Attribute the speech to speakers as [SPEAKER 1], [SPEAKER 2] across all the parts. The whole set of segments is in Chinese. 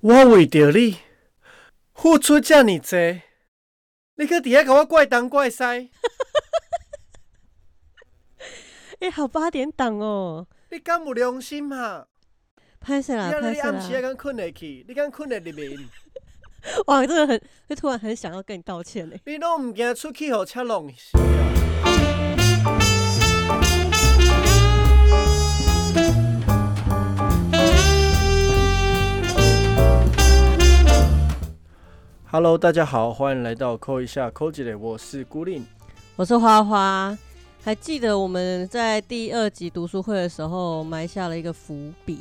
[SPEAKER 1] 我为着你付出遮尔多，你搁伫遐甲我怪东怪西，
[SPEAKER 2] 哎、好八点档哦，
[SPEAKER 1] 你敢有良心啊？
[SPEAKER 2] 拍谁啊啦？
[SPEAKER 1] 你
[SPEAKER 2] 拍
[SPEAKER 1] 安尼暗
[SPEAKER 2] 谁
[SPEAKER 1] 时啊
[SPEAKER 2] 啦？
[SPEAKER 1] 敢困会去？你敢困会入眠？
[SPEAKER 2] 哇，真的很，就突然很想要跟你道歉呢。欸
[SPEAKER 1] 你拢毋惊出去互车弄死啊？Hello，大家好，欢迎来到扣一下扣姐的，我是孤令。
[SPEAKER 2] 我是花花，还记得我们在第二集读书会的时候埋下了一个伏笔，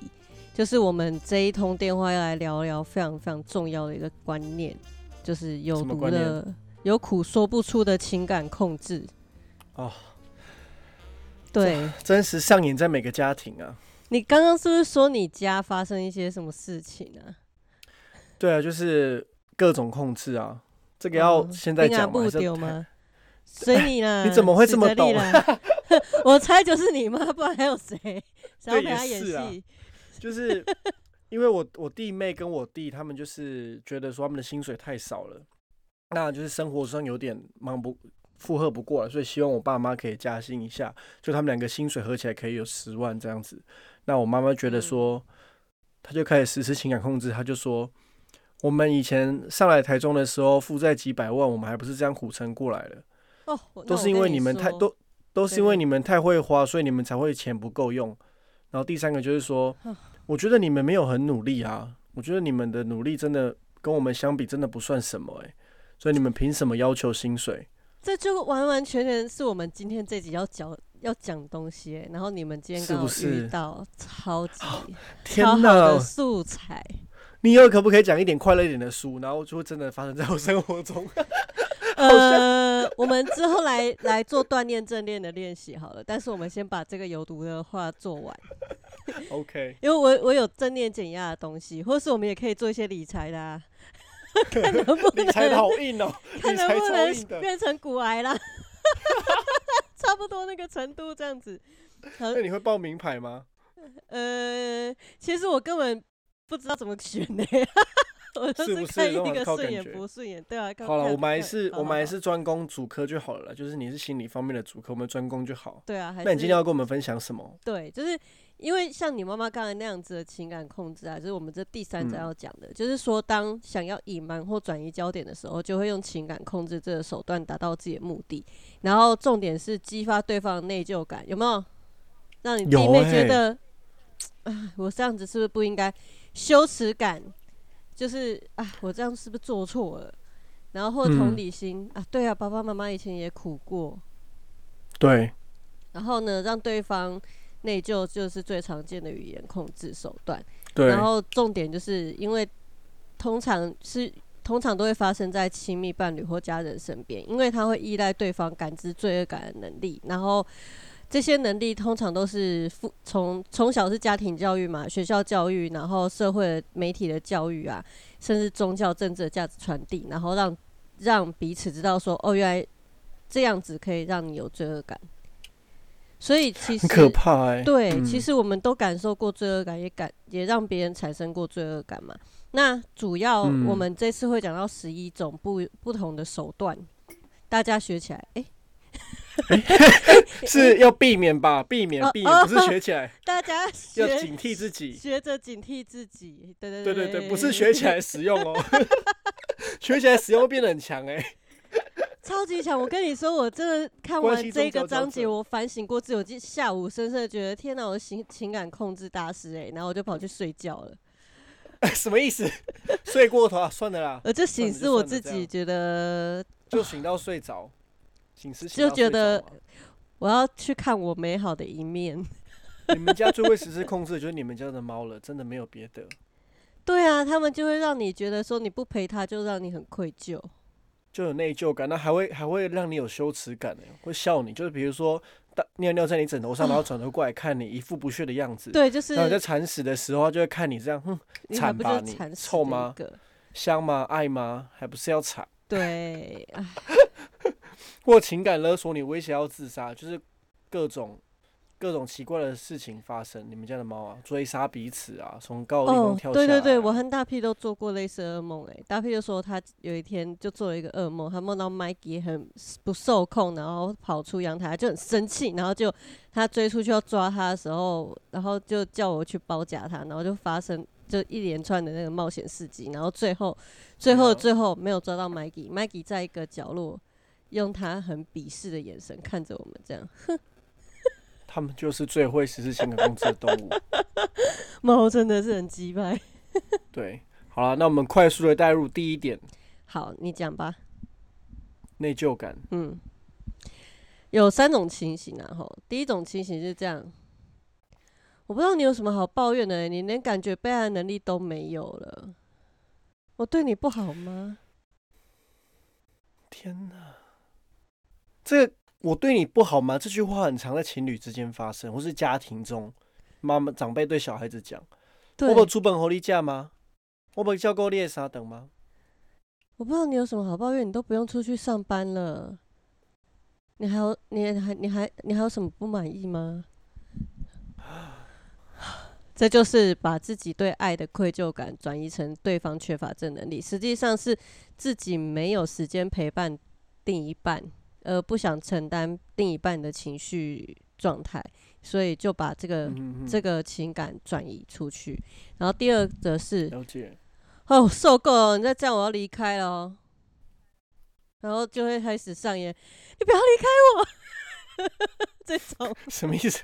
[SPEAKER 2] 就是我们这一通电话要来聊聊非常非常重要的一个观念，就是有
[SPEAKER 1] 什么
[SPEAKER 2] 毒
[SPEAKER 1] 观
[SPEAKER 2] 的、有苦说不出的情感控制。
[SPEAKER 1] 哦，
[SPEAKER 2] 对
[SPEAKER 1] 真实上演在每个家庭啊。
[SPEAKER 2] 你刚刚是不是说你家发生一些什么事情啊？
[SPEAKER 1] 对啊，就是各种控制啊。这个要
[SPEAKER 2] 嗯
[SPEAKER 1] 现在
[SPEAKER 2] 兵啊
[SPEAKER 1] 讲吗？
[SPEAKER 2] 不
[SPEAKER 1] 还是，
[SPEAKER 2] 丢吗？ 随你 啦
[SPEAKER 1] 你怎么会这么
[SPEAKER 2] 使得力
[SPEAKER 1] 懂啊
[SPEAKER 2] 啦？ 我猜就是你妈， 不然还 有谁？想要陪她演
[SPEAKER 1] 对也是啊
[SPEAKER 2] 戏？
[SPEAKER 1] 就是 因为我我弟妹跟我弟他们就是觉得说他们的薪水太少了，那就是生活上有点忙不负荷不过来，所以希望我爸妈可以加薪一下，就他们两个薪水合起来可以有十万这样子。那我妈妈觉得
[SPEAKER 2] 嗯
[SPEAKER 1] 说，她就开始实施情感控制，她就说。我们以前上来台中的时候，负债几百万，我们还不是这样苦撑过来的？
[SPEAKER 2] 哦，我
[SPEAKER 1] 都是因为你们太，都都是因为
[SPEAKER 2] 对，
[SPEAKER 1] 你们太会花，所以你们才会钱不够用。然后第三个就是说我觉得你们没有很努力啊，我觉得你们的努力真的跟我们相比真的不算什么诶、所以你们凭什么要求薪水？
[SPEAKER 2] 这就完完全全是我们今天这集要讲要讲的东西耶。然后你们今天
[SPEAKER 1] 是
[SPEAKER 2] 刚好
[SPEAKER 1] 不是
[SPEAKER 2] 遇到超级
[SPEAKER 1] 天
[SPEAKER 2] 超好
[SPEAKER 1] 哪
[SPEAKER 2] 的，素材，
[SPEAKER 1] 你以后可不可以讲一点快乐一点的书？然后就会真的发生在我生活中。
[SPEAKER 2] 呃， 我们之后来来做锻炼正念的练习好了。但是我们先把这个有毒的话做完。
[SPEAKER 1] OK，
[SPEAKER 2] 因为我我有正念减压的东西，或是我们也可以做一些理财 的、啊，看能不
[SPEAKER 1] 理
[SPEAKER 2] 能
[SPEAKER 1] 财好硬 哦，
[SPEAKER 2] 看
[SPEAKER 1] 理
[SPEAKER 2] 能
[SPEAKER 1] 财
[SPEAKER 2] 不
[SPEAKER 1] 超硬
[SPEAKER 2] 能
[SPEAKER 1] 的。
[SPEAKER 2] 变成骨癌啦， 差不多那个程度这样子。好
[SPEAKER 1] 那你会报名牌吗？
[SPEAKER 2] 呃，其实我根本不知道怎么选呢、 我就是
[SPEAKER 1] 不是
[SPEAKER 2] 看
[SPEAKER 1] 都
[SPEAKER 2] 一
[SPEAKER 1] 很
[SPEAKER 2] 个
[SPEAKER 1] 靠
[SPEAKER 2] 顺
[SPEAKER 1] 感
[SPEAKER 2] 眼
[SPEAKER 1] 觉
[SPEAKER 2] 不顺眼，对啊。看
[SPEAKER 1] 好了，
[SPEAKER 2] 看
[SPEAKER 1] 我们还
[SPEAKER 2] 看
[SPEAKER 1] 是
[SPEAKER 2] 好
[SPEAKER 1] 我
[SPEAKER 2] 好
[SPEAKER 1] 们还
[SPEAKER 2] 好
[SPEAKER 1] 是专攻主科就好了啦，就是你是心理方面的主科，我们专攻就好。
[SPEAKER 2] 对啊，还
[SPEAKER 1] 那你今
[SPEAKER 2] 是
[SPEAKER 1] 天要跟我们分享什么？
[SPEAKER 2] 对，就是因为像你妈妈刚才那样子的情感控制啊，就是我们这第三章
[SPEAKER 1] 嗯
[SPEAKER 2] 要讲的，就是说，当想要隐瞒或转移焦点的时候，就会用情感控制这个手段达到自己的目的。然后重点是激发对方的内疚感，有没有？让你弟
[SPEAKER 1] 有
[SPEAKER 2] 妹觉
[SPEAKER 1] 欸
[SPEAKER 2] 得，啊，我这样子是不是不应该？羞耻感，就是啊，我这样是不是做错了？然后或者同
[SPEAKER 1] 嗯
[SPEAKER 2] 理心、啊，对啊，爸爸妈妈以前也苦过，
[SPEAKER 1] 对，
[SPEAKER 2] 然后呢，让对方内疚就是最常见的语言控制手段。
[SPEAKER 1] 对，
[SPEAKER 2] 然后重点就是因为通常是通常都会发生在亲密伴侣或家人身边，因为他会依赖对方感知罪恶感的能力，然后。这些能力通常都是父从从小是家庭教育嘛，学校教育，然后社会媒体的教育啊，甚至宗教政治的价值传递，然后让让彼此知道说，哦，原来这样子可以让你有罪恶感。所以其实
[SPEAKER 1] 很可怕哎、
[SPEAKER 2] 对，
[SPEAKER 1] 嗯
[SPEAKER 2] 其实我们都感受过罪恶感，也感也让别人产生过罪恶感嘛。那主要
[SPEAKER 1] 嗯
[SPEAKER 2] 我们这次会讲到十一种不不同的手段，大家学起来。诶，
[SPEAKER 1] 是要避免吧，避免
[SPEAKER 2] 哦
[SPEAKER 1] 避免，
[SPEAKER 2] 哦
[SPEAKER 1] 不是学起 来，
[SPEAKER 2] 大家
[SPEAKER 1] 要
[SPEAKER 2] 学
[SPEAKER 1] 警惕自己。
[SPEAKER 2] 学着警惕自己。对对
[SPEAKER 1] 对对
[SPEAKER 2] 对
[SPEAKER 1] 对，不是学起来使 用哦，学起来使用会变得很强哎、
[SPEAKER 2] 超级强！我跟你说，我真的看
[SPEAKER 1] 关
[SPEAKER 2] 完
[SPEAKER 1] 系
[SPEAKER 2] 这
[SPEAKER 1] 中佼佼
[SPEAKER 2] 个章节，
[SPEAKER 1] 者
[SPEAKER 2] 我反省过自己，我今下午深深的觉得，天哪，我情情感控制大师诶，然后我就跑去睡觉了。
[SPEAKER 1] 什么意思？睡过头啊，算了啦，
[SPEAKER 2] 我就醒
[SPEAKER 1] 就
[SPEAKER 2] 思我
[SPEAKER 1] 算了
[SPEAKER 2] 自
[SPEAKER 1] 这样
[SPEAKER 2] 己，觉得
[SPEAKER 1] 就醒到睡着，醒时
[SPEAKER 2] 就觉得
[SPEAKER 1] 啊
[SPEAKER 2] 我要去看我美好的一面。
[SPEAKER 1] 你们家最会实施控制的就是你们家的猫了，真的没有别的。
[SPEAKER 2] 对啊，他们就会让你觉得说你不陪他，就让你很愧疚。
[SPEAKER 1] 就有内疚感，那还会还会让你有羞耻感呢，会笑你，就是比如说大尿尿在你枕头上，然
[SPEAKER 2] 啊
[SPEAKER 1] 后转头过来看你，一副不屑的样子。
[SPEAKER 2] 对，就是
[SPEAKER 1] 然后你在铲屎的时候，他就会看你这样，哼，
[SPEAKER 2] 你还不就
[SPEAKER 1] 惨吧
[SPEAKER 2] 是
[SPEAKER 1] 你
[SPEAKER 2] 惨死
[SPEAKER 1] 臭
[SPEAKER 2] 的一
[SPEAKER 1] 吗
[SPEAKER 2] 个？
[SPEAKER 1] 香吗？爱吗？还不是要惨？
[SPEAKER 2] 对，啊唉
[SPEAKER 1] 或情感勒索你，威胁要自杀，就是各种各种奇怪的事情发生。你们家的猫啊，追杀彼此啊，从高的地
[SPEAKER 2] 哦
[SPEAKER 1] 方跳，下来
[SPEAKER 2] 对
[SPEAKER 1] 啊、
[SPEAKER 2] 对对，我和大屁都做过类似的噩梦哎、大屁就说他有一天就做了一个噩梦，他梦到 Mikey 很不受控，然后跑出阳台，就很生气，然后就他追出去要抓他的时候，然后就叫我去包夹他，然后就发生就一连串的那个冒险事迹，然后最后最后
[SPEAKER 1] 嗯
[SPEAKER 2] 最后没有抓到 Mikey，Mikey 在一个角落。用他很鄙视的眼神看着我们，这样，
[SPEAKER 1] 他们就是最会实施情感控制的动物。
[SPEAKER 2] 猫真的是很鸡掰。
[SPEAKER 1] 对，好了，那我们快速的带入第一点，
[SPEAKER 2] 好，你讲吧。
[SPEAKER 1] 内疚感。
[SPEAKER 2] 嗯，有三种情形啊，吼，第一种情形是这样，我不知道你有什么好抱怨的欸、你连感觉被爱的能力都没有了，我对你不好吗？
[SPEAKER 1] 天哪，这个我对你不好吗？这句话很常在情侣之间发生，或是家庭中，妈妈长辈对小孩子讲：“
[SPEAKER 2] 对，
[SPEAKER 1] 我不
[SPEAKER 2] 我
[SPEAKER 1] 出本狐狸嫁吗？我不叫过猎杀等吗
[SPEAKER 2] 不知道你有什么好抱怨，你都不用出去上班了，你还有你还你还你还有什么不满意吗？这就是把自己对爱的愧疚感转移成对方缺乏这能力，实际上是自己没有时间陪伴另一半，而不想承担另一半的情绪状态，所以就把这？”个、
[SPEAKER 1] 嗯，
[SPEAKER 2] 这个情感转移出去。然后第二则是
[SPEAKER 1] 了解。
[SPEAKER 2] 哦，受够了，你再这样我要离开了哦。然后就会开始上演，你不要离开我， 这种
[SPEAKER 1] 什么意 思？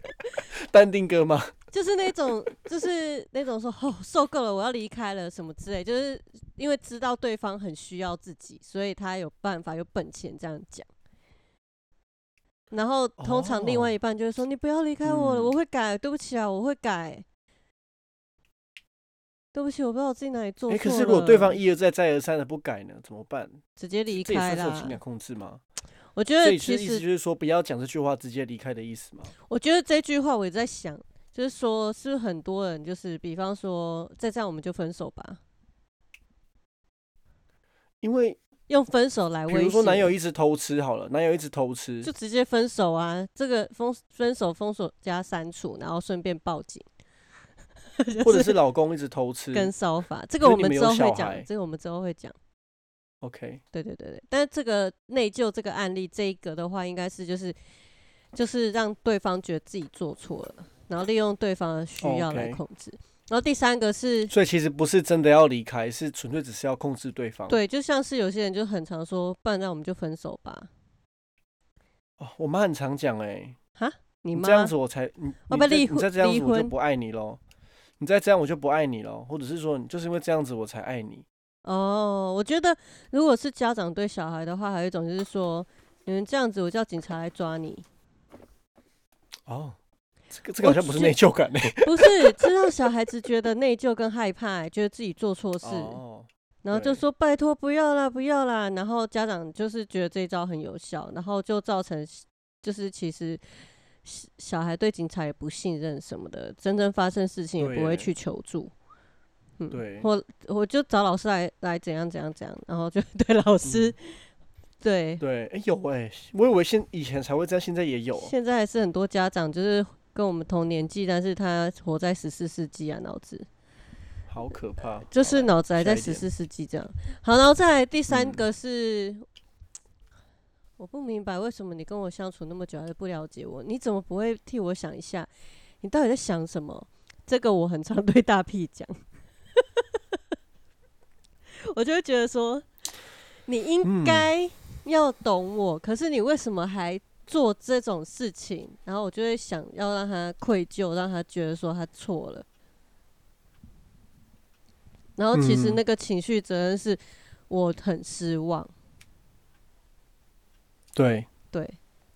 [SPEAKER 1] 淡定哥吗？
[SPEAKER 2] 就是那种就是那种说哦受够了，我要离开了什么之类，就是因为知道对方很需要自己，所以他有办法有本钱这样讲。然后通常另外
[SPEAKER 1] 哦
[SPEAKER 2] 一半就会说、你不要离开我了，
[SPEAKER 1] 嗯
[SPEAKER 2] 我会改，对不起啊，我会改。对不起，我不知道我自己哪里做
[SPEAKER 1] 哎、
[SPEAKER 2] 错了。
[SPEAKER 1] 可是如果对方一而再、再而三的不改呢，怎么办？
[SPEAKER 2] 直接离
[SPEAKER 1] 这也
[SPEAKER 2] 开
[SPEAKER 1] 算是种
[SPEAKER 2] 啦
[SPEAKER 1] 情，感控制吗？
[SPEAKER 2] 我觉
[SPEAKER 1] 所
[SPEAKER 2] 得
[SPEAKER 1] 以其
[SPEAKER 2] 其
[SPEAKER 1] 实意思就
[SPEAKER 2] 实，
[SPEAKER 1] 是说，不要讲这句话，直接离开的意思吗？
[SPEAKER 2] 我觉得这句话我也在想，就是说，是不是很多人就是，比方说，再这样我们就分手吧，
[SPEAKER 1] 因为
[SPEAKER 2] 用分手来
[SPEAKER 1] 比
[SPEAKER 2] 威
[SPEAKER 1] 如说男友
[SPEAKER 2] 胁，
[SPEAKER 1] 一直偷吃好了，男友一直偷吃
[SPEAKER 2] 呃就，直接分手啊，这个封分手封锁加删除，然后顺便报警，就
[SPEAKER 1] 或者是老公一直偷吃
[SPEAKER 2] 跟骚法，这
[SPEAKER 1] 就
[SPEAKER 2] 个
[SPEAKER 1] 是
[SPEAKER 2] 我
[SPEAKER 1] 你
[SPEAKER 2] 们
[SPEAKER 1] 们有
[SPEAKER 2] 之后会
[SPEAKER 1] 小
[SPEAKER 2] 讲
[SPEAKER 1] 孩，
[SPEAKER 2] 这个我们之后会讲。
[SPEAKER 1] ，OK，
[SPEAKER 2] 对对对对，但是这个内疚这个案例这一个的话，应该是就是就是让对方觉得自己做错了，然后利用对方的需要来
[SPEAKER 1] OK
[SPEAKER 2] 控制。然后第三个是，
[SPEAKER 1] 所以其实不是真的要离开，是纯粹只是要控制对方。
[SPEAKER 2] 对，就像是有些人就很常说，不然那我们就分手吧。
[SPEAKER 1] 哦，我妈很常讲哎、你
[SPEAKER 2] 你妈
[SPEAKER 1] 这样子我才你你
[SPEAKER 2] 要不要
[SPEAKER 1] 再
[SPEAKER 2] 离
[SPEAKER 1] 你再
[SPEAKER 2] 婚
[SPEAKER 1] 这样
[SPEAKER 2] 离
[SPEAKER 1] 子我就
[SPEAKER 2] 婚
[SPEAKER 1] 不爱你喽，你再这样我就不爱你喽，或者是说你就是因为这样子我才爱你。
[SPEAKER 2] 哦，我觉得如果是家长对小孩的话，还有一种就是说，你们这样子，我叫警察来抓你。
[SPEAKER 1] 哦，这个这个
[SPEAKER 2] 我
[SPEAKER 1] 好像不是
[SPEAKER 2] 觉
[SPEAKER 1] 内疚感哎、
[SPEAKER 2] 不是，这让小孩子觉得内疚跟害怕、觉得自己做错事，
[SPEAKER 1] 哦，
[SPEAKER 2] 然后就
[SPEAKER 1] 对
[SPEAKER 2] 说拜托不要啦，不要啦。然后家长就是觉得这一招很有效，然后就造成就是其实小小孩对警察也不信任什么的，真正发生事情也
[SPEAKER 1] 对
[SPEAKER 2] 不会
[SPEAKER 1] 耶
[SPEAKER 2] 去求助。嗯，
[SPEAKER 1] 对
[SPEAKER 2] 我我就找老师来来怎样怎样怎样，然后就 对老师、对，
[SPEAKER 1] 嗯对，哎、有哎、我以为现以前才会这样，现在也有。啊
[SPEAKER 2] 现在还是很多家长就是跟我们同年纪，但是他活在十四世纪啊，脑子。
[SPEAKER 1] 好可怕！哦
[SPEAKER 2] 就是脑子还在
[SPEAKER 1] 下
[SPEAKER 2] 十
[SPEAKER 1] 一
[SPEAKER 2] 四世纪这样。好，然后再来第三
[SPEAKER 1] 嗯
[SPEAKER 2] 个是，我不明白为什么你跟我相处那么久还是不了解我，你怎么不会替我想一下，你到底在想什么？这个我很常对大屁讲， 我就会觉得说，你
[SPEAKER 1] 嗯
[SPEAKER 2] 应该要懂我，可是你为什么还做这种事情？然后我就会想要让他愧疚，让他觉得说他错了。然后其实
[SPEAKER 1] 嗯
[SPEAKER 2] 那个情绪责任是我很失望，
[SPEAKER 1] 对，
[SPEAKER 2] 对，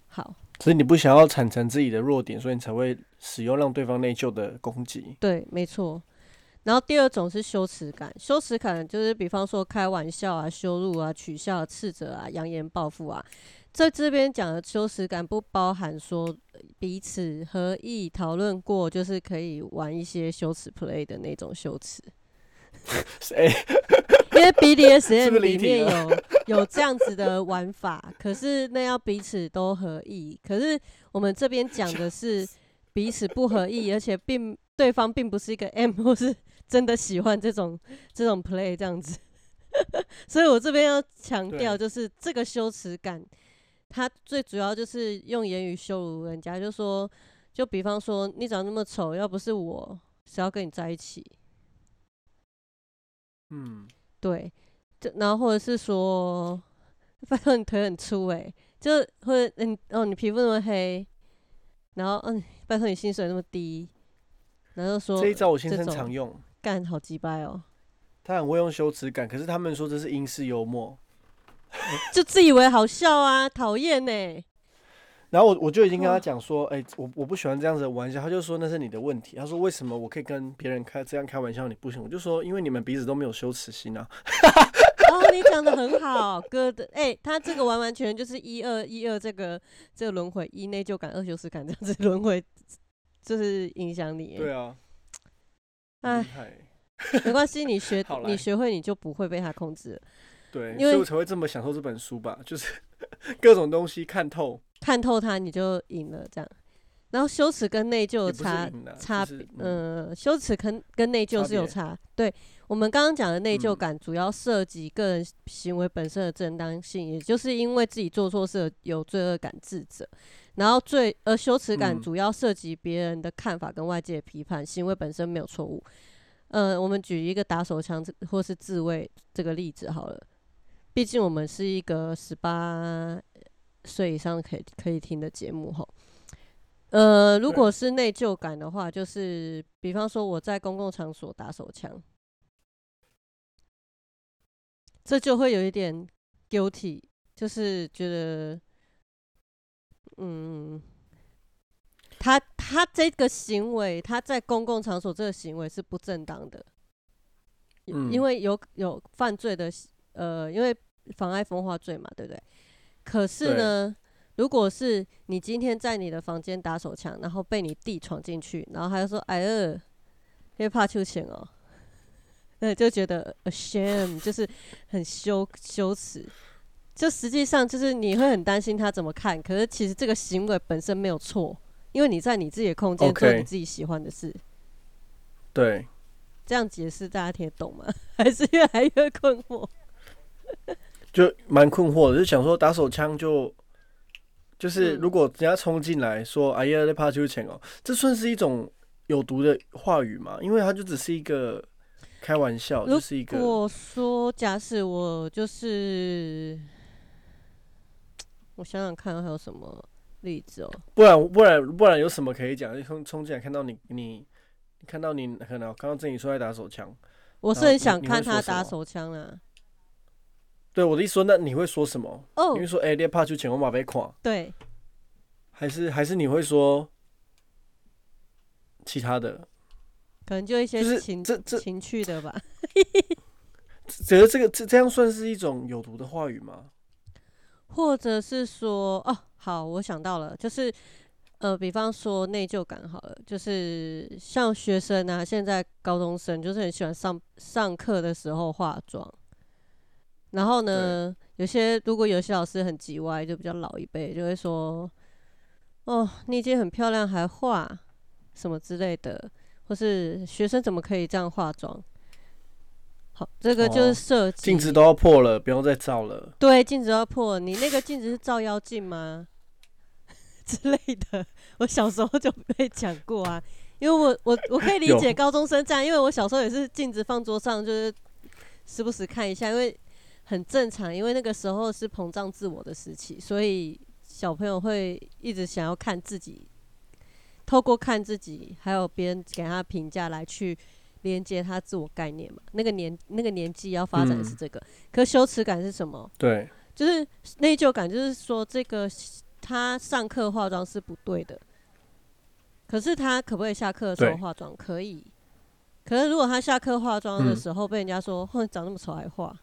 [SPEAKER 2] 好，
[SPEAKER 1] 所以你不想要坦诚自己的弱点，所以你才会使用让对方内疚的攻击。
[SPEAKER 2] 对，没错。然后第二种是羞耻感，羞耻感就是比方说开玩笑啊、羞辱啊、取笑、斥责啊、扬言报复啊。在这边讲的羞耻感不包含说呃彼此合意讨论过，就是可以玩一些羞耻 play 的那种羞耻，
[SPEAKER 1] 哎、
[SPEAKER 2] 因为
[SPEAKER 1] 是不
[SPEAKER 2] BDSM
[SPEAKER 1] 是离
[SPEAKER 2] 里
[SPEAKER 1] 题
[SPEAKER 2] 面有有这样子的玩 法，可是那要彼此都合意。可是我们这边讲的是彼此不合意，而且并对方并不是一个 M 或是真的喜欢这种这种 play 这样子。 所以我这边要强调，就是这个羞耻感，它最主要就是用言语羞辱人家，就说，就比方说你长那么丑，要不是我，谁要跟你在一起？
[SPEAKER 1] 嗯，
[SPEAKER 2] 对，就然后或者是说，拜托你腿很粗哎、就或者嗯哦你皮肤那么黑，然后嗯拜托你薪水那么低，然后就说
[SPEAKER 1] 这一招我先
[SPEAKER 2] 这
[SPEAKER 1] 生
[SPEAKER 2] 种
[SPEAKER 1] 常用，
[SPEAKER 2] 干好鸡掰哦，
[SPEAKER 1] 他很会用羞耻感，可是他们说这是英式幽默。
[SPEAKER 2] 就自以为好笑啊，讨厌呢、
[SPEAKER 1] 然后我我就已经跟他
[SPEAKER 2] 哇
[SPEAKER 1] 讲说，哎、我我不喜欢这样子的玩笑。他就说那是你的问题。他说为什么我可以跟别人开这样开玩笑，你不行？我就说因为你们彼此都没有羞耻心啊。
[SPEAKER 2] 哦，你讲的很好，哥的哎，他这个完完全全就是一二一二这个这个轮回，一内疚感，二羞耻感这样子轮回，就是影响你、欸
[SPEAKER 1] 对啊，很
[SPEAKER 2] 哎
[SPEAKER 1] 厉，害。
[SPEAKER 2] 没关系，你学
[SPEAKER 1] 好来
[SPEAKER 2] 你学会你就不会被他控制了
[SPEAKER 1] 对，
[SPEAKER 2] 因
[SPEAKER 1] 所以
[SPEAKER 2] 为
[SPEAKER 1] 我才会这么享受这本书吧，就是 各种东西看透，
[SPEAKER 2] 看透他，你就赢了这样。然后羞耻跟内疚
[SPEAKER 1] 也
[SPEAKER 2] 的
[SPEAKER 1] 不
[SPEAKER 2] 差
[SPEAKER 1] 是赢了，啊
[SPEAKER 2] 差
[SPEAKER 1] 就是
[SPEAKER 2] 别，
[SPEAKER 1] 嗯，
[SPEAKER 2] 呃，羞耻跟跟内疚
[SPEAKER 1] 差
[SPEAKER 2] 是有
[SPEAKER 1] 别
[SPEAKER 2] 差。对我们刚刚讲的内疚
[SPEAKER 1] 嗯
[SPEAKER 2] 感，主要涉及个人行为本身的正当性，也就是因为自己做错事而有罪恶感、自责。然后罪而羞耻感
[SPEAKER 1] 嗯
[SPEAKER 2] 主要涉及别人的看法跟外界的批判，行为本身没有错误。呃，我们举一个打手枪这或是自卫这个例子好了，毕竟我们是一个十八岁以上可以可以听的节目吼。呃，如
[SPEAKER 1] 对
[SPEAKER 2] 果是内疚感的话，就是比方说我在公共场所打手枪，这就会有一点 guilty，就是觉得，嗯，他他这个行为，他在公共场所这个行为是不正当的，
[SPEAKER 1] 嗯
[SPEAKER 2] 因为有有犯罪的行，呃，因为妨碍风化罪嘛，对不对？可是
[SPEAKER 1] 对
[SPEAKER 2] 呢，如果是你今天在你的房间打手枪，然后被你弟闯进去，然后他就说：“哎呃，因为怕秋千哦。”对，就觉得 ashamed，就是很羞羞耻。就实际上就是你会很担心他怎么看，可是其实这个行为本身没有错，因为你在你自己的空间做
[SPEAKER 1] OK
[SPEAKER 2] 你自己喜欢的事。
[SPEAKER 1] 对，
[SPEAKER 2] 这样解释大家听得懂吗？ 还是越来越困惑？
[SPEAKER 1] 就蛮困惑的，就想说打手枪就。就是
[SPEAKER 2] 嗯
[SPEAKER 1] 如果人家冲进来说“哎呀，在怕秋千哦”，这算是一种有毒的话语嘛？因为它就只是一个开玩笑，
[SPEAKER 2] 如
[SPEAKER 1] 就是一个
[SPEAKER 2] 我说，假使我就是，我想想看还有什么例子哦。
[SPEAKER 1] 不然不然不然有什么可以讲？就冲冲进来看到你你看到你可能看到郑宇说在打手枪，
[SPEAKER 2] 我是
[SPEAKER 1] 然后
[SPEAKER 2] 很
[SPEAKER 1] 啊你
[SPEAKER 2] 想
[SPEAKER 1] 你
[SPEAKER 2] 看
[SPEAKER 1] 会说
[SPEAKER 2] 他
[SPEAKER 1] 什
[SPEAKER 2] 打
[SPEAKER 1] 么
[SPEAKER 2] 手枪啊。
[SPEAKER 1] 对我的意思说，那你会说什么？
[SPEAKER 2] 哦
[SPEAKER 1] 你会，说哎，你怕就请我马被垮，
[SPEAKER 2] 对，
[SPEAKER 1] 还是还是你会说其他的？
[SPEAKER 2] 可能就一些
[SPEAKER 1] 就是
[SPEAKER 2] 情
[SPEAKER 1] 这这
[SPEAKER 2] 情趣的吧。
[SPEAKER 1] 觉得这个这这样算是一种有毒的话语吗？
[SPEAKER 2] 或者是说，哦，好，我想到了，就是呃，比方说内疚感好了，就是像学生啊，现在高中生就是很喜欢上上课的时候化妆，然后呢，有些如果有些老师很叽歪，就比较老一辈，就会说，哦，你已经很漂亮还化什么之类的，或是学生怎么可以这样化妆？好，这个就
[SPEAKER 1] 哦
[SPEAKER 2] 是涉及
[SPEAKER 1] 镜子都要破了，不用再照了。
[SPEAKER 2] 对，镜子要破了，你那个镜子是照妖镜吗？之类的，我小时候就被讲过啊，因为我我我可以理解
[SPEAKER 1] 有
[SPEAKER 2] 高中生这样，因为我小时候也是镜子放桌上，就是时不时看一下，因为很正常，因为那个时候是膨胀自我的时期，所以小朋友会一直想要看自己，透过看自己，还有别人给他评价来去连接他自我概念嘛。那个年那个年纪要发展是
[SPEAKER 1] 嗯
[SPEAKER 2] 这个，可羞耻感是什么？
[SPEAKER 1] 对，
[SPEAKER 2] 就是内疚感，就是说这个他上课化妆是不对的，可是他可不可以下课的时候
[SPEAKER 1] 对
[SPEAKER 2] 化妆？可以。可是如果他下课化妆的
[SPEAKER 1] 嗯
[SPEAKER 2] 时候被人家说“哼、长那么丑还 化”，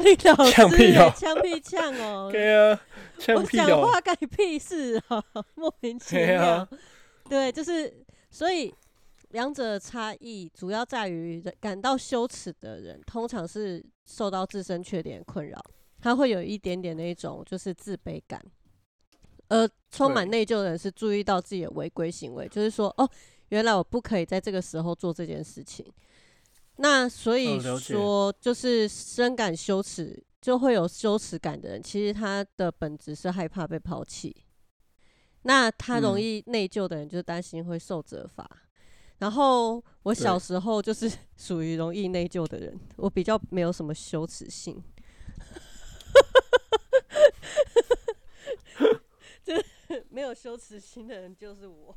[SPEAKER 2] 你老师
[SPEAKER 1] 呛屁
[SPEAKER 2] 欸
[SPEAKER 1] 哦
[SPEAKER 2] 呛屁呛哦、
[SPEAKER 1] 对啊，
[SPEAKER 2] 我
[SPEAKER 1] 像屁
[SPEAKER 2] 讲
[SPEAKER 1] 哦、
[SPEAKER 2] 话干你屁事啊、莫名其
[SPEAKER 1] 对
[SPEAKER 2] 妙。
[SPEAKER 1] 啊
[SPEAKER 2] 对，就是所以两者的差异主要在于人感到羞耻的人，通常是受到自身缺点困扰，他会有一点点那一种就是自卑感，呃，充满内疚的人是注意到自己的违规行为，就是说，哦，原来我不可以在这个时候做这件事情。那所以
[SPEAKER 1] 哦了解
[SPEAKER 2] 说，就是深感羞耻，就会有羞耻感的人，其实他的本质是害怕被抛弃。那他容
[SPEAKER 1] 嗯
[SPEAKER 2] 易内疚的人，就是担心会受责罚。然后我小时候就是 属于容易内疚的人，我比较没有什么羞耻心。 就是 没有羞耻心的人就是我。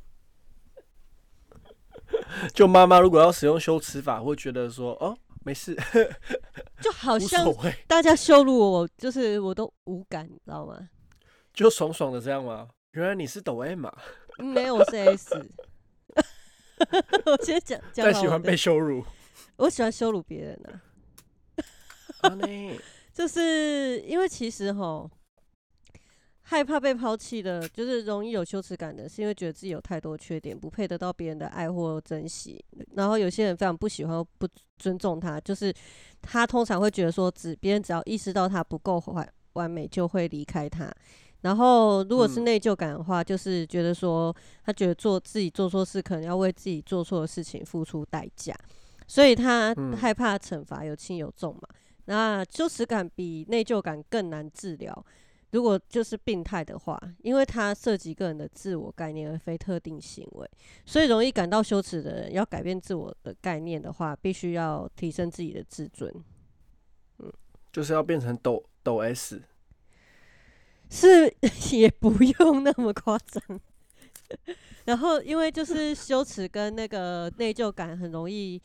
[SPEAKER 1] 就妈妈如果要使用修辞法，会觉得说哦没事，
[SPEAKER 2] 就好
[SPEAKER 1] 无所
[SPEAKER 2] 像
[SPEAKER 1] 谓，
[SPEAKER 2] 大家羞辱我，就是我都无感，你知道吗？
[SPEAKER 1] 就爽爽的这样嘛。原来你是抖 M 啊嘛，
[SPEAKER 2] 嗯没有，我是 S。我先讲讲
[SPEAKER 1] 但
[SPEAKER 2] 好
[SPEAKER 1] 喜
[SPEAKER 2] 我
[SPEAKER 1] 欢
[SPEAKER 2] 的
[SPEAKER 1] 被羞 辱。
[SPEAKER 2] 我喜欢羞辱别人啊，
[SPEAKER 1] 啊内
[SPEAKER 2] 就是因为其实吼，害怕被抛弃的，就是容易有羞耻感的，是因为觉得自己有太多缺点，不配得到别人的爱或珍惜。然后有些人非常不喜欢、不尊重他，就是他通常会觉得说，只别人只要意识到他不够完完美，就会离开他。然后如果是
[SPEAKER 1] 嗯
[SPEAKER 2] 内疚感的话，就是觉得说他觉得做自己做错事，可能要为自己做错的事情付出代价，所以他
[SPEAKER 1] 嗯
[SPEAKER 2] 害怕惩罚有轻有重嘛。那羞耻感比内疚感更难治疗。如果就是病态的话，因为它涉及个人的自我概念而非特定行为，所以容易感到羞耻的人，要改变自我的概念的话，必须要提升自己的自尊。
[SPEAKER 1] 就是要变成抖抖 S，
[SPEAKER 2] 是 也不用那么夸张。 然后，因为就是羞耻跟那个内疚感很容易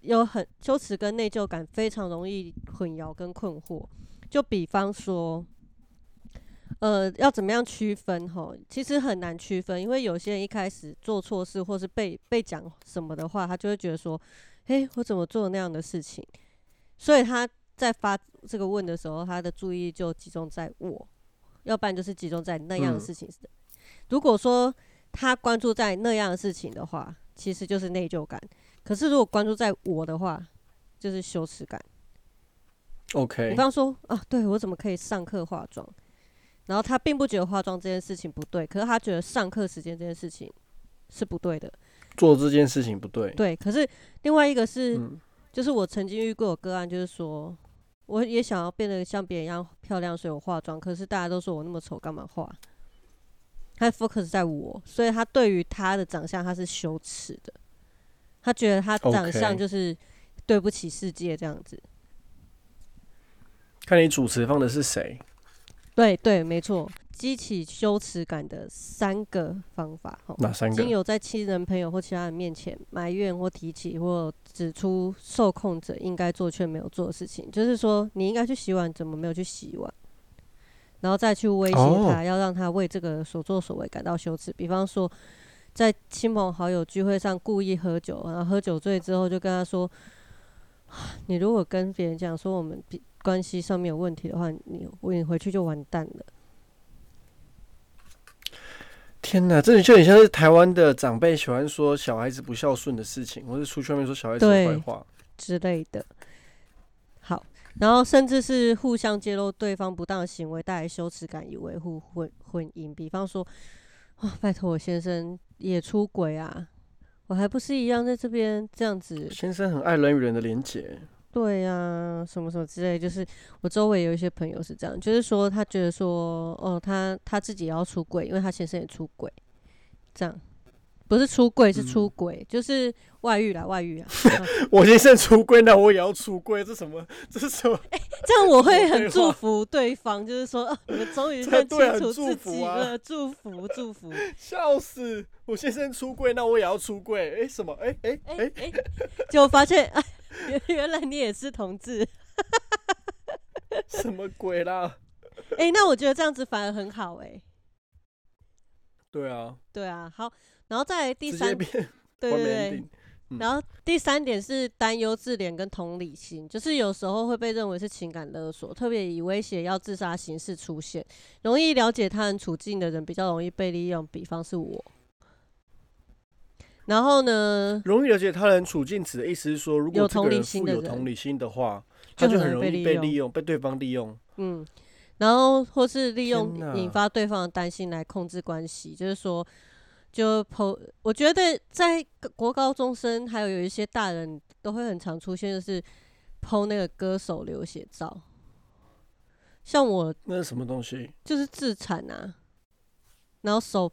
[SPEAKER 2] 有很羞耻跟内疚感非常容易混淆跟困惑。就比方说，呃，要怎么样区分？吼，其实很难区分，因为有些人一开始做错事或是被被讲什么的话，他就会觉得说，诶，我怎么做那样的事情？所以他在发这个问的时候，他的注意力就集中在我，要不然就是集中在那样的
[SPEAKER 1] 嗯
[SPEAKER 2] 事情。如果说他关注在那样的事情的话，其实就是内疚感；可是如果关注在我的话，就是羞耻感。比
[SPEAKER 1] OK，
[SPEAKER 2] 方说啊，对我怎么可以上课化妆？然后他并不觉得化妆这件事情不对，可是他觉得上课时间这件事情是不对的。
[SPEAKER 1] 做这件事情不对。
[SPEAKER 2] 对，可是另外一个是，
[SPEAKER 1] 嗯，
[SPEAKER 2] 就是我曾经遇过有个案，就是说，我也想要变得像别人一样漂亮，所以我化妆。可是大家都说我那么丑，干嘛化？他 focus 在我，所以他对于他的长相他是羞耻的，他觉得他长
[SPEAKER 1] OK
[SPEAKER 2] 相就是对不起世界这样子。
[SPEAKER 1] 看你主持放的是谁。
[SPEAKER 2] 对对，没错，激起羞耻感的三个方法。吼
[SPEAKER 1] 哪三个
[SPEAKER 2] 经？有在亲人、朋友或其他人面前埋怨或提起或指出受控者应该做却没有做的事情，就是说你应该去洗碗，怎么没有去洗碗？然后再去威胁
[SPEAKER 1] 哦
[SPEAKER 2] 他，要让他为这个所作所为感到羞耻。比方说，在亲朋好友聚会上故意喝酒，然后喝酒醉之后就跟他说：“啊你如果跟别人讲说我们比关系上面有问题的话，你你回去就完蛋了。”
[SPEAKER 1] 天哪，这就很像是台湾的长辈喜欢说小孩子不孝顺的事情，或是出去外面说小孩子
[SPEAKER 2] 对
[SPEAKER 1] 坏话。
[SPEAKER 2] 之类的。好，然后甚至是互相揭露对方不当的行为带来羞耻感，以维护婚婚姻。比方说，啊、拜托我先生也出轨啊，我还不是一样在这边这样子
[SPEAKER 1] 先生很爱人与人的连结，
[SPEAKER 2] 对呀、什么什么之类，就是我周围有一些朋友是这样，就是说他觉得说，哦，他他自己也要出轨，因为他先生也出轨，这样不是出轨是出
[SPEAKER 1] 嗯
[SPEAKER 2] 轨，就是外遇啦，外遇啊，
[SPEAKER 1] 我先生出柜，那我也要出柜，这什么？这是什么？
[SPEAKER 2] 这样我会很
[SPEAKER 1] 废话
[SPEAKER 2] 祝福对方，就 是说，啊、你们终于
[SPEAKER 1] 这
[SPEAKER 2] 认
[SPEAKER 1] 对
[SPEAKER 2] 清
[SPEAKER 1] 很
[SPEAKER 2] 楚
[SPEAKER 1] 祝
[SPEAKER 2] 自
[SPEAKER 1] 福
[SPEAKER 2] 己
[SPEAKER 1] 啊
[SPEAKER 2] 了，祝福 祝福。
[SPEAKER 1] 笑死！我先生出柜，那我也要出柜。哎、什么？哎哎
[SPEAKER 2] 哎
[SPEAKER 1] 哎，
[SPEAKER 2] 哎，结果发现， 哎，原原来你也是同志。
[SPEAKER 1] 什么鬼啦？
[SPEAKER 2] 哎、那我觉得这样子反而很好哎、
[SPEAKER 1] 对啊，
[SPEAKER 2] 对啊，好，然后再来第
[SPEAKER 1] 直接
[SPEAKER 2] 三，对
[SPEAKER 1] 变
[SPEAKER 2] 对
[SPEAKER 1] one
[SPEAKER 2] 对
[SPEAKER 1] man。ending 嗯
[SPEAKER 2] 然后第三点是担忧、自怜跟同理心，就是有时候会被认为是情感勒索，特别以威胁要自杀形式出现。容易了解他人处境的人比较容易被利用，比方是我。然后呢，
[SPEAKER 1] 容易了解他人处境，指的意思是说，如果
[SPEAKER 2] 有
[SPEAKER 1] 这
[SPEAKER 2] 同
[SPEAKER 1] 个
[SPEAKER 2] 理
[SPEAKER 1] 人
[SPEAKER 2] 心
[SPEAKER 1] 富
[SPEAKER 2] 的
[SPEAKER 1] 有
[SPEAKER 2] 人
[SPEAKER 1] 同理心的话，
[SPEAKER 2] 就
[SPEAKER 1] 他就
[SPEAKER 2] 很
[SPEAKER 1] 很
[SPEAKER 2] 容
[SPEAKER 1] 容
[SPEAKER 2] 易
[SPEAKER 1] 易
[SPEAKER 2] 被利
[SPEAKER 1] 被
[SPEAKER 2] 用
[SPEAKER 1] 利用，被对方利用。
[SPEAKER 2] 嗯，然后或是利用
[SPEAKER 1] 天哪
[SPEAKER 2] 引发对方的担心来控制关系，就是说，就剖，我觉得在国高中生还有有一些大人都会很常出现，就是剖那个歌手流血照，像我
[SPEAKER 1] 那是什么东西？
[SPEAKER 2] 就是自残啊，然后手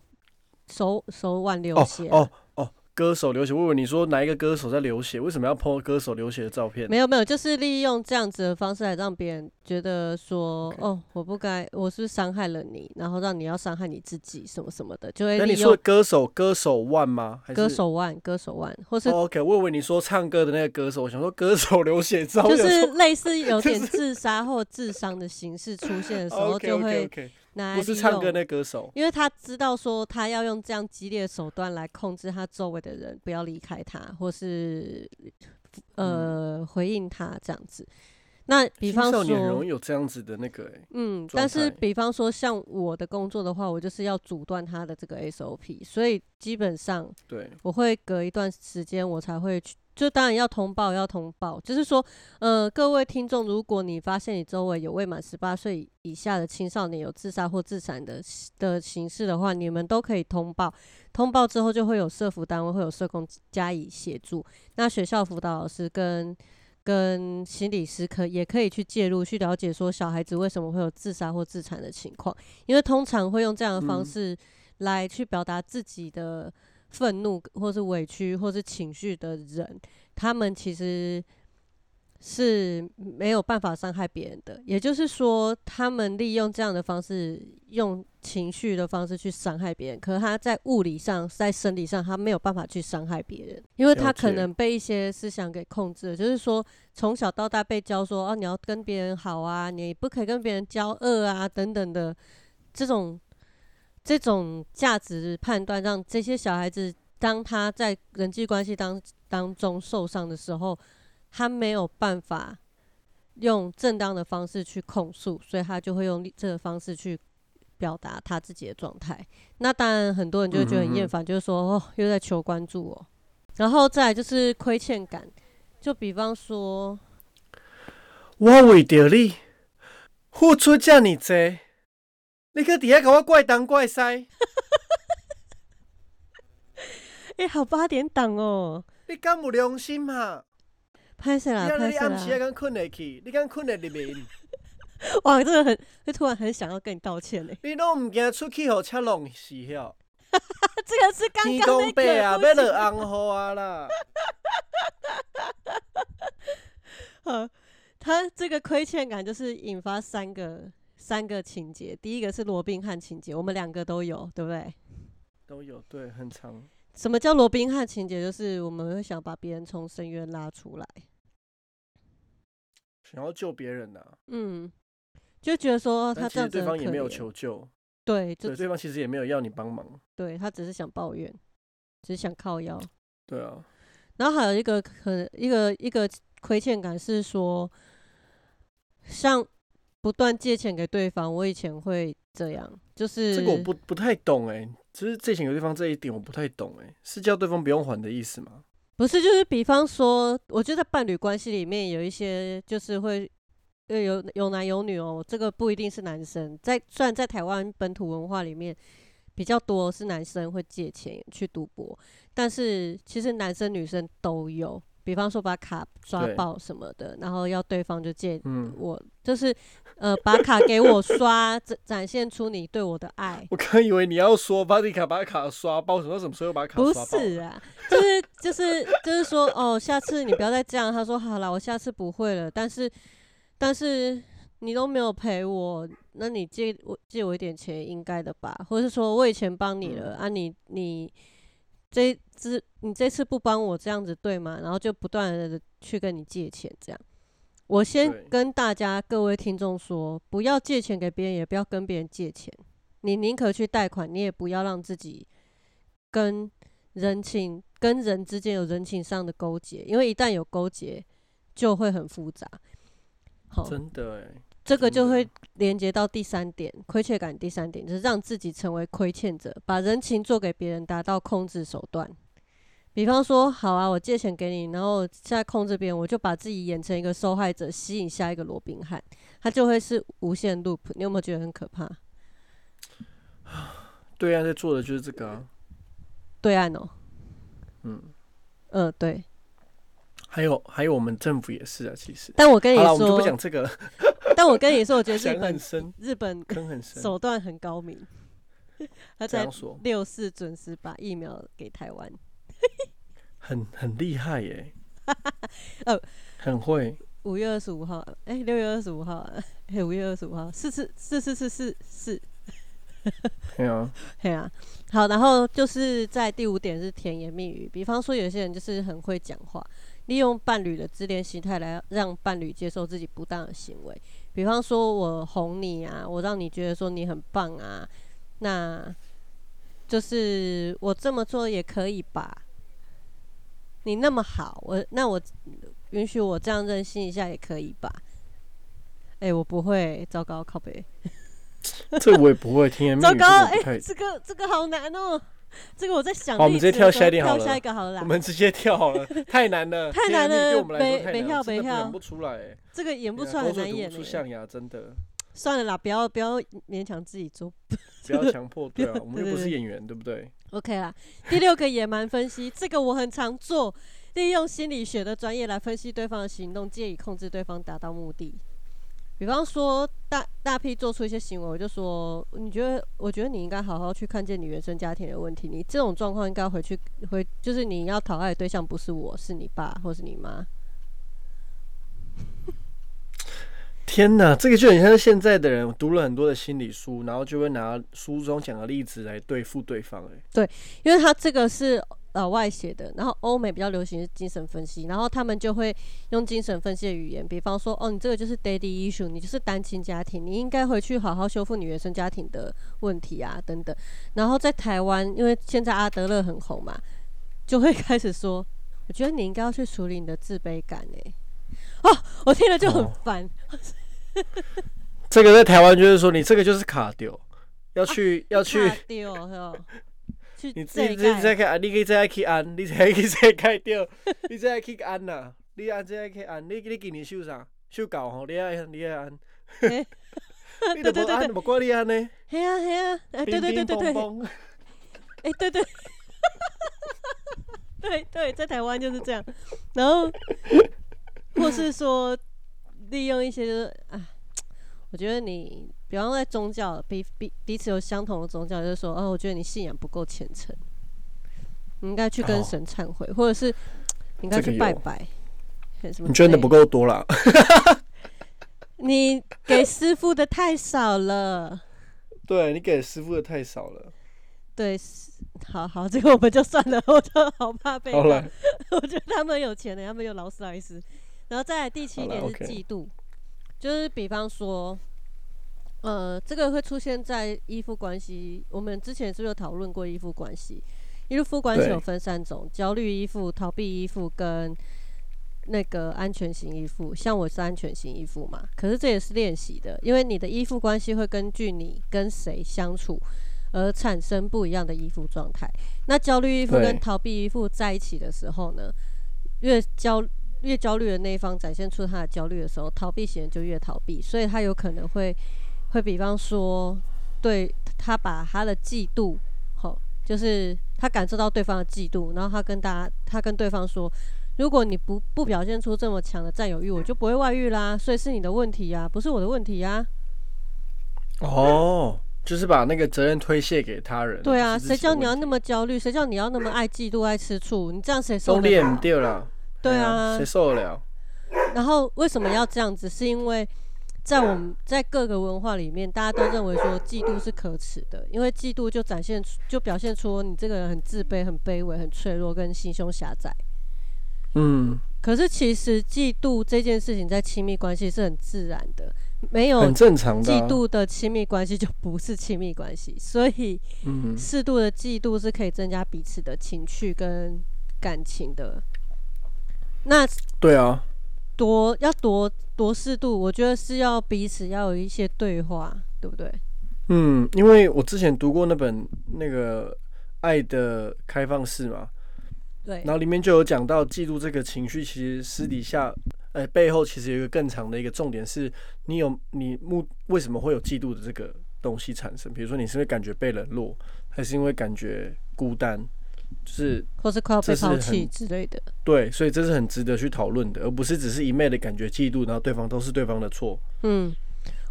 [SPEAKER 2] 手手腕流
[SPEAKER 1] 哦
[SPEAKER 2] 血啊、
[SPEAKER 1] 哦哦，歌手流血，我以为你说哪一个歌手在流血，为什么要 po 歌手流血的照片？
[SPEAKER 2] 没有没有，就是利用这样子的方式来让别人觉得说
[SPEAKER 1] OK
[SPEAKER 2] 哦，我不该，我是不是伤害了你，然后让你要伤害你自己什么什么的，就会
[SPEAKER 1] 那你
[SPEAKER 2] 利
[SPEAKER 1] 说
[SPEAKER 2] 用
[SPEAKER 1] 歌手歌手腕吗？还是
[SPEAKER 2] 歌手腕、歌手腕，或是
[SPEAKER 1] 哦？OK，我以为你说唱歌的那个歌手，我想说歌手流血照，
[SPEAKER 2] 就
[SPEAKER 1] 我想
[SPEAKER 2] 是
[SPEAKER 1] 说
[SPEAKER 2] 类似有
[SPEAKER 1] 就
[SPEAKER 2] 点自杀或自伤的形式出现的时候，
[SPEAKER 1] OK
[SPEAKER 2] 就
[SPEAKER 1] OK
[SPEAKER 2] 会
[SPEAKER 1] OK，
[SPEAKER 2] 拿来
[SPEAKER 1] 不是
[SPEAKER 2] 利
[SPEAKER 1] 唱歌
[SPEAKER 2] 用
[SPEAKER 1] 那歌手。
[SPEAKER 2] 因为他知道说他要用这样激烈的手段来控制他周围的人，不要离开他，或是
[SPEAKER 1] 嗯
[SPEAKER 2] 呃、回应他这样子。那比
[SPEAKER 1] 青
[SPEAKER 2] 方
[SPEAKER 1] 少
[SPEAKER 2] 说，
[SPEAKER 1] 年很容易有这样子的那个、欸，
[SPEAKER 2] 嗯，
[SPEAKER 1] 状
[SPEAKER 2] 但是
[SPEAKER 1] 态
[SPEAKER 2] 比方说像我的工作的话，我就是要阻断他的这个 SOP，所以基本上
[SPEAKER 1] 对，
[SPEAKER 2] 我会隔一段时间我才会去，就当然要通报，要通报，就是说，呃，各位听众，如果你发现你周围有未满十八岁以下的青少年有自杀或自残的的形式的话，你们都可以通报，通报之后就会有社服单位会有社工加以协助，那学校辅导老师跟。跟心理师可也可以去介入，去了解说小孩子为什么会有自杀或自残的情况，因为通常会用这样的方
[SPEAKER 1] 嗯
[SPEAKER 2] 式来去表达自己的愤怒或是委屈或是情绪的人，他们其实是没有办法伤害别人的。也就是说，他们利用这样的方式，用情绪的方式去伤害别人，可是他在物理上、在生理上，他没有办法去伤害别人，因为他
[SPEAKER 1] 了解
[SPEAKER 2] 可能被一些思想给控制了。就是说，从小到大被教说，哦、你要跟别人好啊，你不可以跟别人交恶啊，等等的这种。这种价值判断，让这些小孩子当他在人际关系当当中受伤的时候，他没有办法用正当的方式去控诉，所以他就会用这个方式去表达他自己的状态。那当然，很多人就会觉得很厌烦，就是说哦，又在求关注哦。然后再来就是亏欠感，就比方说，
[SPEAKER 1] 我为着你付出遮尔多，你去底下给我怪东怪西，
[SPEAKER 2] 哎、好八点档哦，
[SPEAKER 1] 你敢有良心啊？
[SPEAKER 2] 拍谁啊啦
[SPEAKER 1] 你，让你
[SPEAKER 2] 拍谁
[SPEAKER 1] 暗时还啊
[SPEAKER 2] 啦！
[SPEAKER 1] 敢困下去，你敢困下入面，
[SPEAKER 2] 哇，这个很，会突然很想要跟你道歉呢。
[SPEAKER 1] 你拢毋惊出去互车弄死了？
[SPEAKER 2] 这个是刚
[SPEAKER 1] 天
[SPEAKER 2] 刚
[SPEAKER 1] 公
[SPEAKER 2] 那
[SPEAKER 1] 伯
[SPEAKER 2] 个
[SPEAKER 1] 啊，
[SPEAKER 2] 不
[SPEAKER 1] 要
[SPEAKER 2] 行
[SPEAKER 1] 落红雨啊啦！
[SPEAKER 2] 呃，他这个亏欠感就是引发三个三个情节，第一个是罗宾汉情节，我们两个都有，对不对？
[SPEAKER 1] 都有对，很长。
[SPEAKER 2] 什么叫罗宾汉情节？就是我们会想把别人从深渊拉出来，
[SPEAKER 1] 想要救别人呐、啊，
[SPEAKER 2] 嗯，就觉得说哦
[SPEAKER 1] 但
[SPEAKER 2] 他这
[SPEAKER 1] 其
[SPEAKER 2] 样
[SPEAKER 1] 实
[SPEAKER 2] 子
[SPEAKER 1] 对方
[SPEAKER 2] 很
[SPEAKER 1] 也
[SPEAKER 2] 可
[SPEAKER 1] 没有
[SPEAKER 2] 怜，
[SPEAKER 1] 求救，
[SPEAKER 2] 对，就
[SPEAKER 1] 对，对方其实也没有要你帮忙，
[SPEAKER 2] 对他只是想抱怨，只是想靠腰。
[SPEAKER 1] 对啊，
[SPEAKER 2] 然后还有一个可能一个一个亏欠感是说，像不断借钱给对方，我以前会这样，就是
[SPEAKER 1] 这个我不不太懂哎、其实借钱给对方这一点我不太懂哎、是叫对方不用还的意思吗？
[SPEAKER 2] 不是，就是比方说，我觉得在伴侣关系里面有一些就是会。呃，有有男有女哦，这个不一定是男生。在虽然在台湾本土文化里面比较多是男生会借钱去赌博，但是其实男生女生都有。比方说把卡刷
[SPEAKER 1] 对
[SPEAKER 2] 爆什么的，然后要对方就借
[SPEAKER 1] 嗯，
[SPEAKER 2] 我，就是呃把卡给我刷，展展现出你对我的 爱。
[SPEAKER 1] 我刚以为你要说把你卡把卡刷爆，什么什么时候把卡
[SPEAKER 2] 不
[SPEAKER 1] 刷爆？
[SPEAKER 2] 是啊，就是 就是就是说，哦，下次你不要再这样。他说好了，我下次不会了。但是但是你都没有陪我，那你借我借我一点钱应该的吧？或是说我以前帮你
[SPEAKER 1] 嗯
[SPEAKER 2] 了、啊你，你这一次你这次不帮我这样子对吗？然后就不断的去跟你借钱这样。我
[SPEAKER 1] 对
[SPEAKER 2] 先跟大家各位听众说，不要借钱给别人，也不要跟别人借钱。你宁可去贷款，你也不要让自己跟人情、跟人之间有人情上的勾结，因为一旦有勾结，就会很复杂。好，
[SPEAKER 1] 真的哎、
[SPEAKER 2] 这个就
[SPEAKER 1] 真的
[SPEAKER 2] 会连接到第三点，亏欠感。第三点就是让自己成为亏欠者，把人情做给别人，达到控制手段。比方说，好啊，我借钱给你，然后在空这边，我就把自己演成一个受害者，吸引下一个罗宾汉，他就会是无限 loop。你有没有觉得很可怕？
[SPEAKER 1] 对岸啊在做的就是这个、啊，
[SPEAKER 2] 对岸哦，
[SPEAKER 1] 嗯，
[SPEAKER 2] 嗯，对。
[SPEAKER 1] 还有还有我们政府也是啊，其实。
[SPEAKER 2] 但我跟你
[SPEAKER 1] 好了，我们就不
[SPEAKER 2] 说，
[SPEAKER 1] 讲这个了，
[SPEAKER 2] 但我跟你说，我 觉得日
[SPEAKER 1] 讲很
[SPEAKER 2] 本
[SPEAKER 1] 深，
[SPEAKER 2] 日本
[SPEAKER 1] 坑很深。
[SPEAKER 2] 手段很高明， 他
[SPEAKER 1] 这
[SPEAKER 2] 在
[SPEAKER 1] 样说，
[SPEAKER 2] 六四准时把疫苗给台湾。，
[SPEAKER 1] 很很厉害耶
[SPEAKER 2] 呃，
[SPEAKER 1] 很会。
[SPEAKER 2] 五月二十五号，哎、六月二十五号，哎、五月二十五号，是是是是是是是，
[SPEAKER 1] 对啊，
[SPEAKER 2] 嘿啊，好，然后就是在第五点是甜言蜜语，比方说有些人就是很会讲话，利用伴侣的自恋心态来让伴侣接受自己不当的行为，比方说我哄你啊，我让你觉得说你很棒啊，那就是我这么做也可以吧？你那么好，我那我允许我这样任性一下也可以吧？哎、我不会，糟糕，靠北。
[SPEAKER 1] 这我也不会，听言蜜
[SPEAKER 2] 糟
[SPEAKER 1] 语
[SPEAKER 2] 糕，
[SPEAKER 1] 哎这个我不
[SPEAKER 2] 哎
[SPEAKER 1] 太
[SPEAKER 2] 这个这个好难哦、这个我在想例子的时候。
[SPEAKER 1] 好哦我们直接跳下一点好了
[SPEAKER 2] 跳下一个好了
[SPEAKER 1] 我
[SPEAKER 2] 啦。
[SPEAKER 1] 们直接跳好 了，太难了，
[SPEAKER 2] 太难了
[SPEAKER 1] 天命对我们来说
[SPEAKER 2] 北
[SPEAKER 1] 太
[SPEAKER 2] 北
[SPEAKER 1] 难
[SPEAKER 2] 跳
[SPEAKER 1] 了，真
[SPEAKER 2] 北
[SPEAKER 1] 的
[SPEAKER 2] 跳
[SPEAKER 1] 想不出来欸，
[SPEAKER 2] 这个演不
[SPEAKER 1] 对啊
[SPEAKER 2] 出来，
[SPEAKER 1] 狗
[SPEAKER 2] 很
[SPEAKER 1] 嘴
[SPEAKER 2] 难
[SPEAKER 1] 吐
[SPEAKER 2] 演
[SPEAKER 1] 不出
[SPEAKER 2] 欸
[SPEAKER 1] 象牙，真的
[SPEAKER 2] 算了啦，不要不要勉强自己做
[SPEAKER 1] 不要强迫， 对啊，我们又不
[SPEAKER 2] 对对
[SPEAKER 1] 是演员，对不对？
[SPEAKER 2] ，OK 啦。第六个野蛮分析，这个我很常做，利用心理学的专业来分析对方的行动，借以控制对方达到目的。比方说大大 P 做出一些行为，我就说，嗯你觉得？我觉得你应该好好去看见你原生家庭的问题。你这种状况应该回去回，就是你要讨爱的对象不是我，是你爸或是你妈。
[SPEAKER 1] 天哪，这个就很像是现在的人读了很多的心理书，然后就会拿书中讲的例子来对付对方、哎，
[SPEAKER 2] 因为他这个是老外写的，然后欧美比较流行是精神分析，然后他们就会用精神分析的语言，比方说，哦，你这个就是 daddy issue，你就是单亲家庭，你应该回去好好修复你原生家庭的问题啊，等等。然后在台湾，因为现在阿德勒很红嘛，就会开始说，我觉得你应该要去处理你的自卑感、欸，哦，我听了就很
[SPEAKER 1] 哦
[SPEAKER 2] 烦。
[SPEAKER 1] 这个在台湾就是说你这个就是卡丢，要去、要去，
[SPEAKER 2] 怕丢哦，去
[SPEAKER 1] 哦你自己
[SPEAKER 2] 这
[SPEAKER 1] 自己
[SPEAKER 2] 盖
[SPEAKER 1] 再看，你可以再去按，你再去再改 掉，你再去按呐、你按再去按，你你今年修啥？修搞吼，你爱你爱 按，
[SPEAKER 2] 嘿
[SPEAKER 1] 你都
[SPEAKER 2] 对对
[SPEAKER 1] 无
[SPEAKER 2] 对
[SPEAKER 1] 按，
[SPEAKER 2] 对
[SPEAKER 1] 无管你按呢？
[SPEAKER 2] 嘿啊嘿啊，哎、对对对对对
[SPEAKER 1] 乒，乓乓
[SPEAKER 2] 哎、对对，对对，在台湾就是这样。然后，或是说利用一些就是啊，我觉得你，比方说在宗教彼彼彼此有相同的宗教，就是说，哦，我觉得你信仰不够虔诚，你应该去跟
[SPEAKER 1] 哦
[SPEAKER 2] 神忏悔，或者是你应该
[SPEAKER 1] 这个
[SPEAKER 2] 去拜
[SPEAKER 1] 有
[SPEAKER 2] 拜。还是什么
[SPEAKER 1] 你捐的
[SPEAKER 2] 之类
[SPEAKER 1] 不够多啦，
[SPEAKER 2] 你给师傅的太少了。
[SPEAKER 1] 对你给师傅的太少了。
[SPEAKER 2] 对，是好好，这个我们就算了，我就好怕被
[SPEAKER 1] 好
[SPEAKER 2] 告
[SPEAKER 1] 了，
[SPEAKER 2] 我觉得他们有钱的，他们有劳斯莱斯。然后再来第七
[SPEAKER 1] 好啦
[SPEAKER 2] 点是
[SPEAKER 1] OK
[SPEAKER 2] 嫉妒，就是比方说，呃，这个会出现在依附关系。我们之前是不是有讨论过依附关系？依附关系
[SPEAKER 1] 对
[SPEAKER 2] 有分三种：焦虑依附、逃避依附跟那个安全型依附。像我是安全型依附嘛，可是这也是练习的，因为你的依附关系会根据你跟谁相处而产生不一样的依附状态。那焦虑依附
[SPEAKER 1] 对
[SPEAKER 2] 跟逃避依附在一起的时候呢，越焦越焦虑的那一方展现出他的焦虑的时候，逃避型人就越逃避，所以他有可能会会比方说，对他把他的嫉妒，吼、就是他感受到对方的嫉妒，然后他跟大家，他跟对方说，如果你不不表现出这么强的占有欲，我就不会外遇啦，所以是你的问题呀、啊不是我的问题呀、
[SPEAKER 1] 哦，就是把那个责任推卸给他人。
[SPEAKER 2] 对啊，
[SPEAKER 1] 不是自
[SPEAKER 2] 谁
[SPEAKER 1] 己的
[SPEAKER 2] 叫你要
[SPEAKER 1] 问题
[SPEAKER 2] 那么焦虑？谁叫你要那么爱嫉妒、爱吃醋？你这样谁受
[SPEAKER 1] 都
[SPEAKER 2] 得
[SPEAKER 1] 练
[SPEAKER 2] 了
[SPEAKER 1] 不？掉了？
[SPEAKER 2] 对啊
[SPEAKER 1] 哎呀谁受得了？
[SPEAKER 2] 然后为什么要这样子？是因为在我们在各个文化里面，大家都认为说嫉妒是可耻的，因为嫉妒就展现出就表现出你这个人很自卑、很卑微、很脆弱跟心胸狭窄。
[SPEAKER 1] 嗯，
[SPEAKER 2] 可是其实嫉妒这件事情在亲密关系是很自然的，没有
[SPEAKER 1] 很正常的啊。
[SPEAKER 2] 嫉妒的亲密关系就不是亲密关系，所以
[SPEAKER 1] 嗯，
[SPEAKER 2] 适度的嫉妒是可以增加彼此的情趣跟感情的。那
[SPEAKER 1] 对啊，
[SPEAKER 2] 多要多多适度，我觉得是要彼此要有一些对话，对不对？
[SPEAKER 1] 嗯，因为我之前读过那本那个《爱的开放式》嘛，
[SPEAKER 2] 对
[SPEAKER 1] 然，后里面就有讲到，嫉妒这个情绪，其实私底下，哎、背后其实有一个更长的一个重点是，你有你目为什么会有嫉妒的这个东西产生？比如说，你是因为感觉被冷落，还是因为感觉孤单？就是
[SPEAKER 2] 或是快要被
[SPEAKER 1] 这是
[SPEAKER 2] 抛
[SPEAKER 1] 很
[SPEAKER 2] 弃之类的。
[SPEAKER 1] 对，所以这是很值得去讨论的，而不是只是一昧的感觉嫉妒，然后对方都是对方的错。
[SPEAKER 2] 嗯，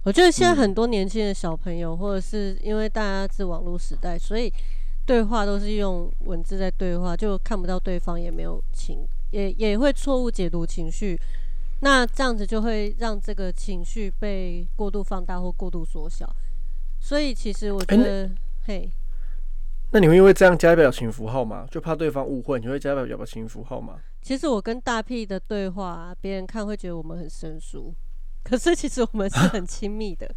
[SPEAKER 2] 我觉得现在
[SPEAKER 1] 嗯
[SPEAKER 2] 很多年轻的小朋友，或者是因为大家是网络时代，所以对话都是用文字在对话，就看不到对方，也没有情，也也会错误解读情绪。那这样子就会让这个情绪被过度放大或过度缩小。所以其实我觉
[SPEAKER 1] 哎那
[SPEAKER 2] 得，嘿，
[SPEAKER 1] 那你会因为这样加表情符号吗？就怕对方误会，你会加表表情符号吗？
[SPEAKER 2] 其实我跟大屁的对话、啊，别人看会觉得我们很生疏，可是其实我们是很亲密的。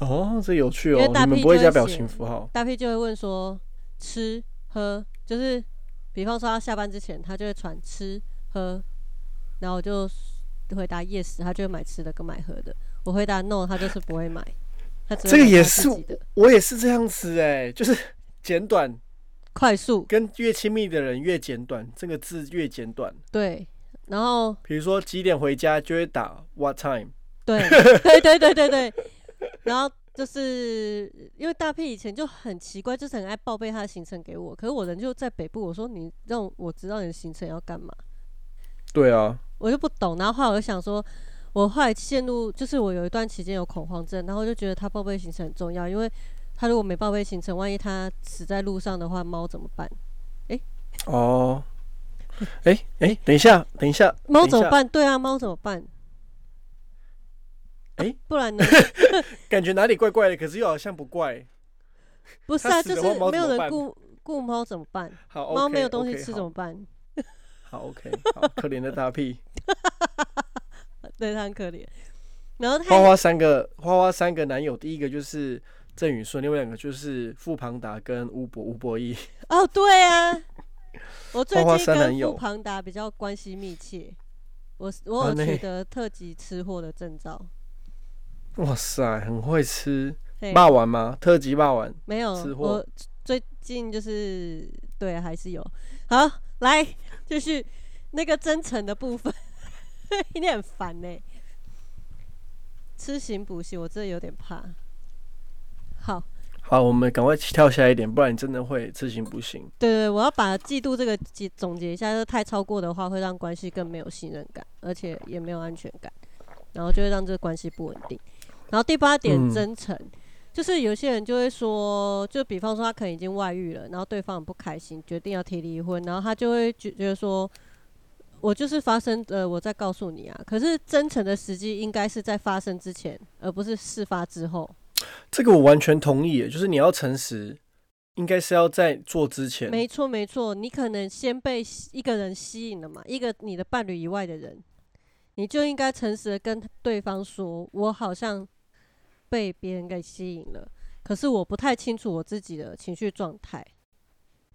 [SPEAKER 1] 哦，这有趣
[SPEAKER 2] 因
[SPEAKER 1] 哦
[SPEAKER 2] 为，大
[SPEAKER 1] 你们
[SPEAKER 2] P
[SPEAKER 1] 不会
[SPEAKER 2] 就
[SPEAKER 1] 加
[SPEAKER 2] 会
[SPEAKER 1] 表
[SPEAKER 2] 写
[SPEAKER 1] 情符号
[SPEAKER 2] 大 P 就会问说吃喝，就是比方说他下班之前，他就会传吃喝，然后我就回答 yes，他就会买吃的跟买喝的。我回答 no，他就是不会买，他只会
[SPEAKER 1] 这个
[SPEAKER 2] 买
[SPEAKER 1] 也
[SPEAKER 2] 他自
[SPEAKER 1] 是
[SPEAKER 2] 己的
[SPEAKER 1] 我也是这样子哎、就是简短，
[SPEAKER 2] 快速
[SPEAKER 1] 跟越亲密的人越简短，这个字越简短。
[SPEAKER 2] 对，然后
[SPEAKER 1] 比如说几点回家就会打 what time，
[SPEAKER 2] 对对对对对对，然后。就是因为大 P 以前就很奇怪，就是很爱报备他的行程给我。可是我人就在北部，我说你让我知道你的行程要干嘛，
[SPEAKER 1] 对啊，
[SPEAKER 2] 我就不懂。然后后来我就想说，我后来陷入就是我有一段期间有恐慌症，然后我就觉得他报备行程很重要，因为他如果没报备行程，万一他死在路上的话，猫怎么办？
[SPEAKER 1] 哦，哎、哎、等一下，等一下，
[SPEAKER 2] 猫
[SPEAKER 1] 等一
[SPEAKER 2] 怎么
[SPEAKER 1] 下？
[SPEAKER 2] 办？对啊，猫怎么办？啊
[SPEAKER 1] 诶
[SPEAKER 2] 不然呢？
[SPEAKER 1] 感觉哪里怪怪的，可是又好像不怪。
[SPEAKER 2] 不是啊，
[SPEAKER 1] 它死
[SPEAKER 2] 就
[SPEAKER 1] 了
[SPEAKER 2] 是
[SPEAKER 1] 的话猫
[SPEAKER 2] 没
[SPEAKER 1] 怎
[SPEAKER 2] 有
[SPEAKER 1] 么
[SPEAKER 2] 人
[SPEAKER 1] 办
[SPEAKER 2] 顾顾猫怎么办？
[SPEAKER 1] 好，OK，哦
[SPEAKER 2] 猫没有东西
[SPEAKER 1] OK，
[SPEAKER 2] 吃
[SPEAKER 1] 好
[SPEAKER 2] 怎么办？
[SPEAKER 1] 好，OK，好，可怜的大屁，
[SPEAKER 2] 对，它很可怜。然后它
[SPEAKER 1] 花花三个，花花三个男友，第一个就是郑宇顺，另外两个就是傅庞达跟吴博吴博义。
[SPEAKER 2] 哦，对啊，我最
[SPEAKER 1] 花花
[SPEAKER 2] 近
[SPEAKER 1] 山男
[SPEAKER 2] 跟
[SPEAKER 1] 友
[SPEAKER 2] 傅庞达比较关系密切，我是我
[SPEAKER 1] 啊
[SPEAKER 2] 有
[SPEAKER 1] 那
[SPEAKER 2] 取得特级吃货的证照，
[SPEAKER 1] 哇塞，很会吃
[SPEAKER 2] 嘿，
[SPEAKER 1] 霸王吗？特级霸王。
[SPEAKER 2] 没有
[SPEAKER 1] 吃，货
[SPEAKER 2] 我最近就是对还是有，好来就是那个真诚的部分， 你很烦呢、吃行不行？我真的有点怕。好，
[SPEAKER 1] 好，我们赶快跳下一点，不然你真的会自行不行。
[SPEAKER 2] 对对，我要把嫉妒这个结总结一下，就是太超过的话，会让关系更没有信任感，而且也没有安全感，然后就会让这个关系不稳定。然后第八点，
[SPEAKER 1] 嗯
[SPEAKER 2] 真诚，就是有些人就会说，就比方说他可能已经外遇了，然后对方很不开心，决定要提离婚，然后他就会觉觉得说，我就是发生呃，我在告诉你啊。可是真诚的时机应该是在发生之前，而不是事发之后。
[SPEAKER 1] 这个我完全同意耶，就是你要诚实，应该是要在做之前。
[SPEAKER 2] 没错，没错，你可能先被吸一个人吸引了嘛，一个你的伴侣以外的人，你就应该诚实的跟对方说，我好像被别人给吸引了，可是我不太清楚我自己的情绪状态。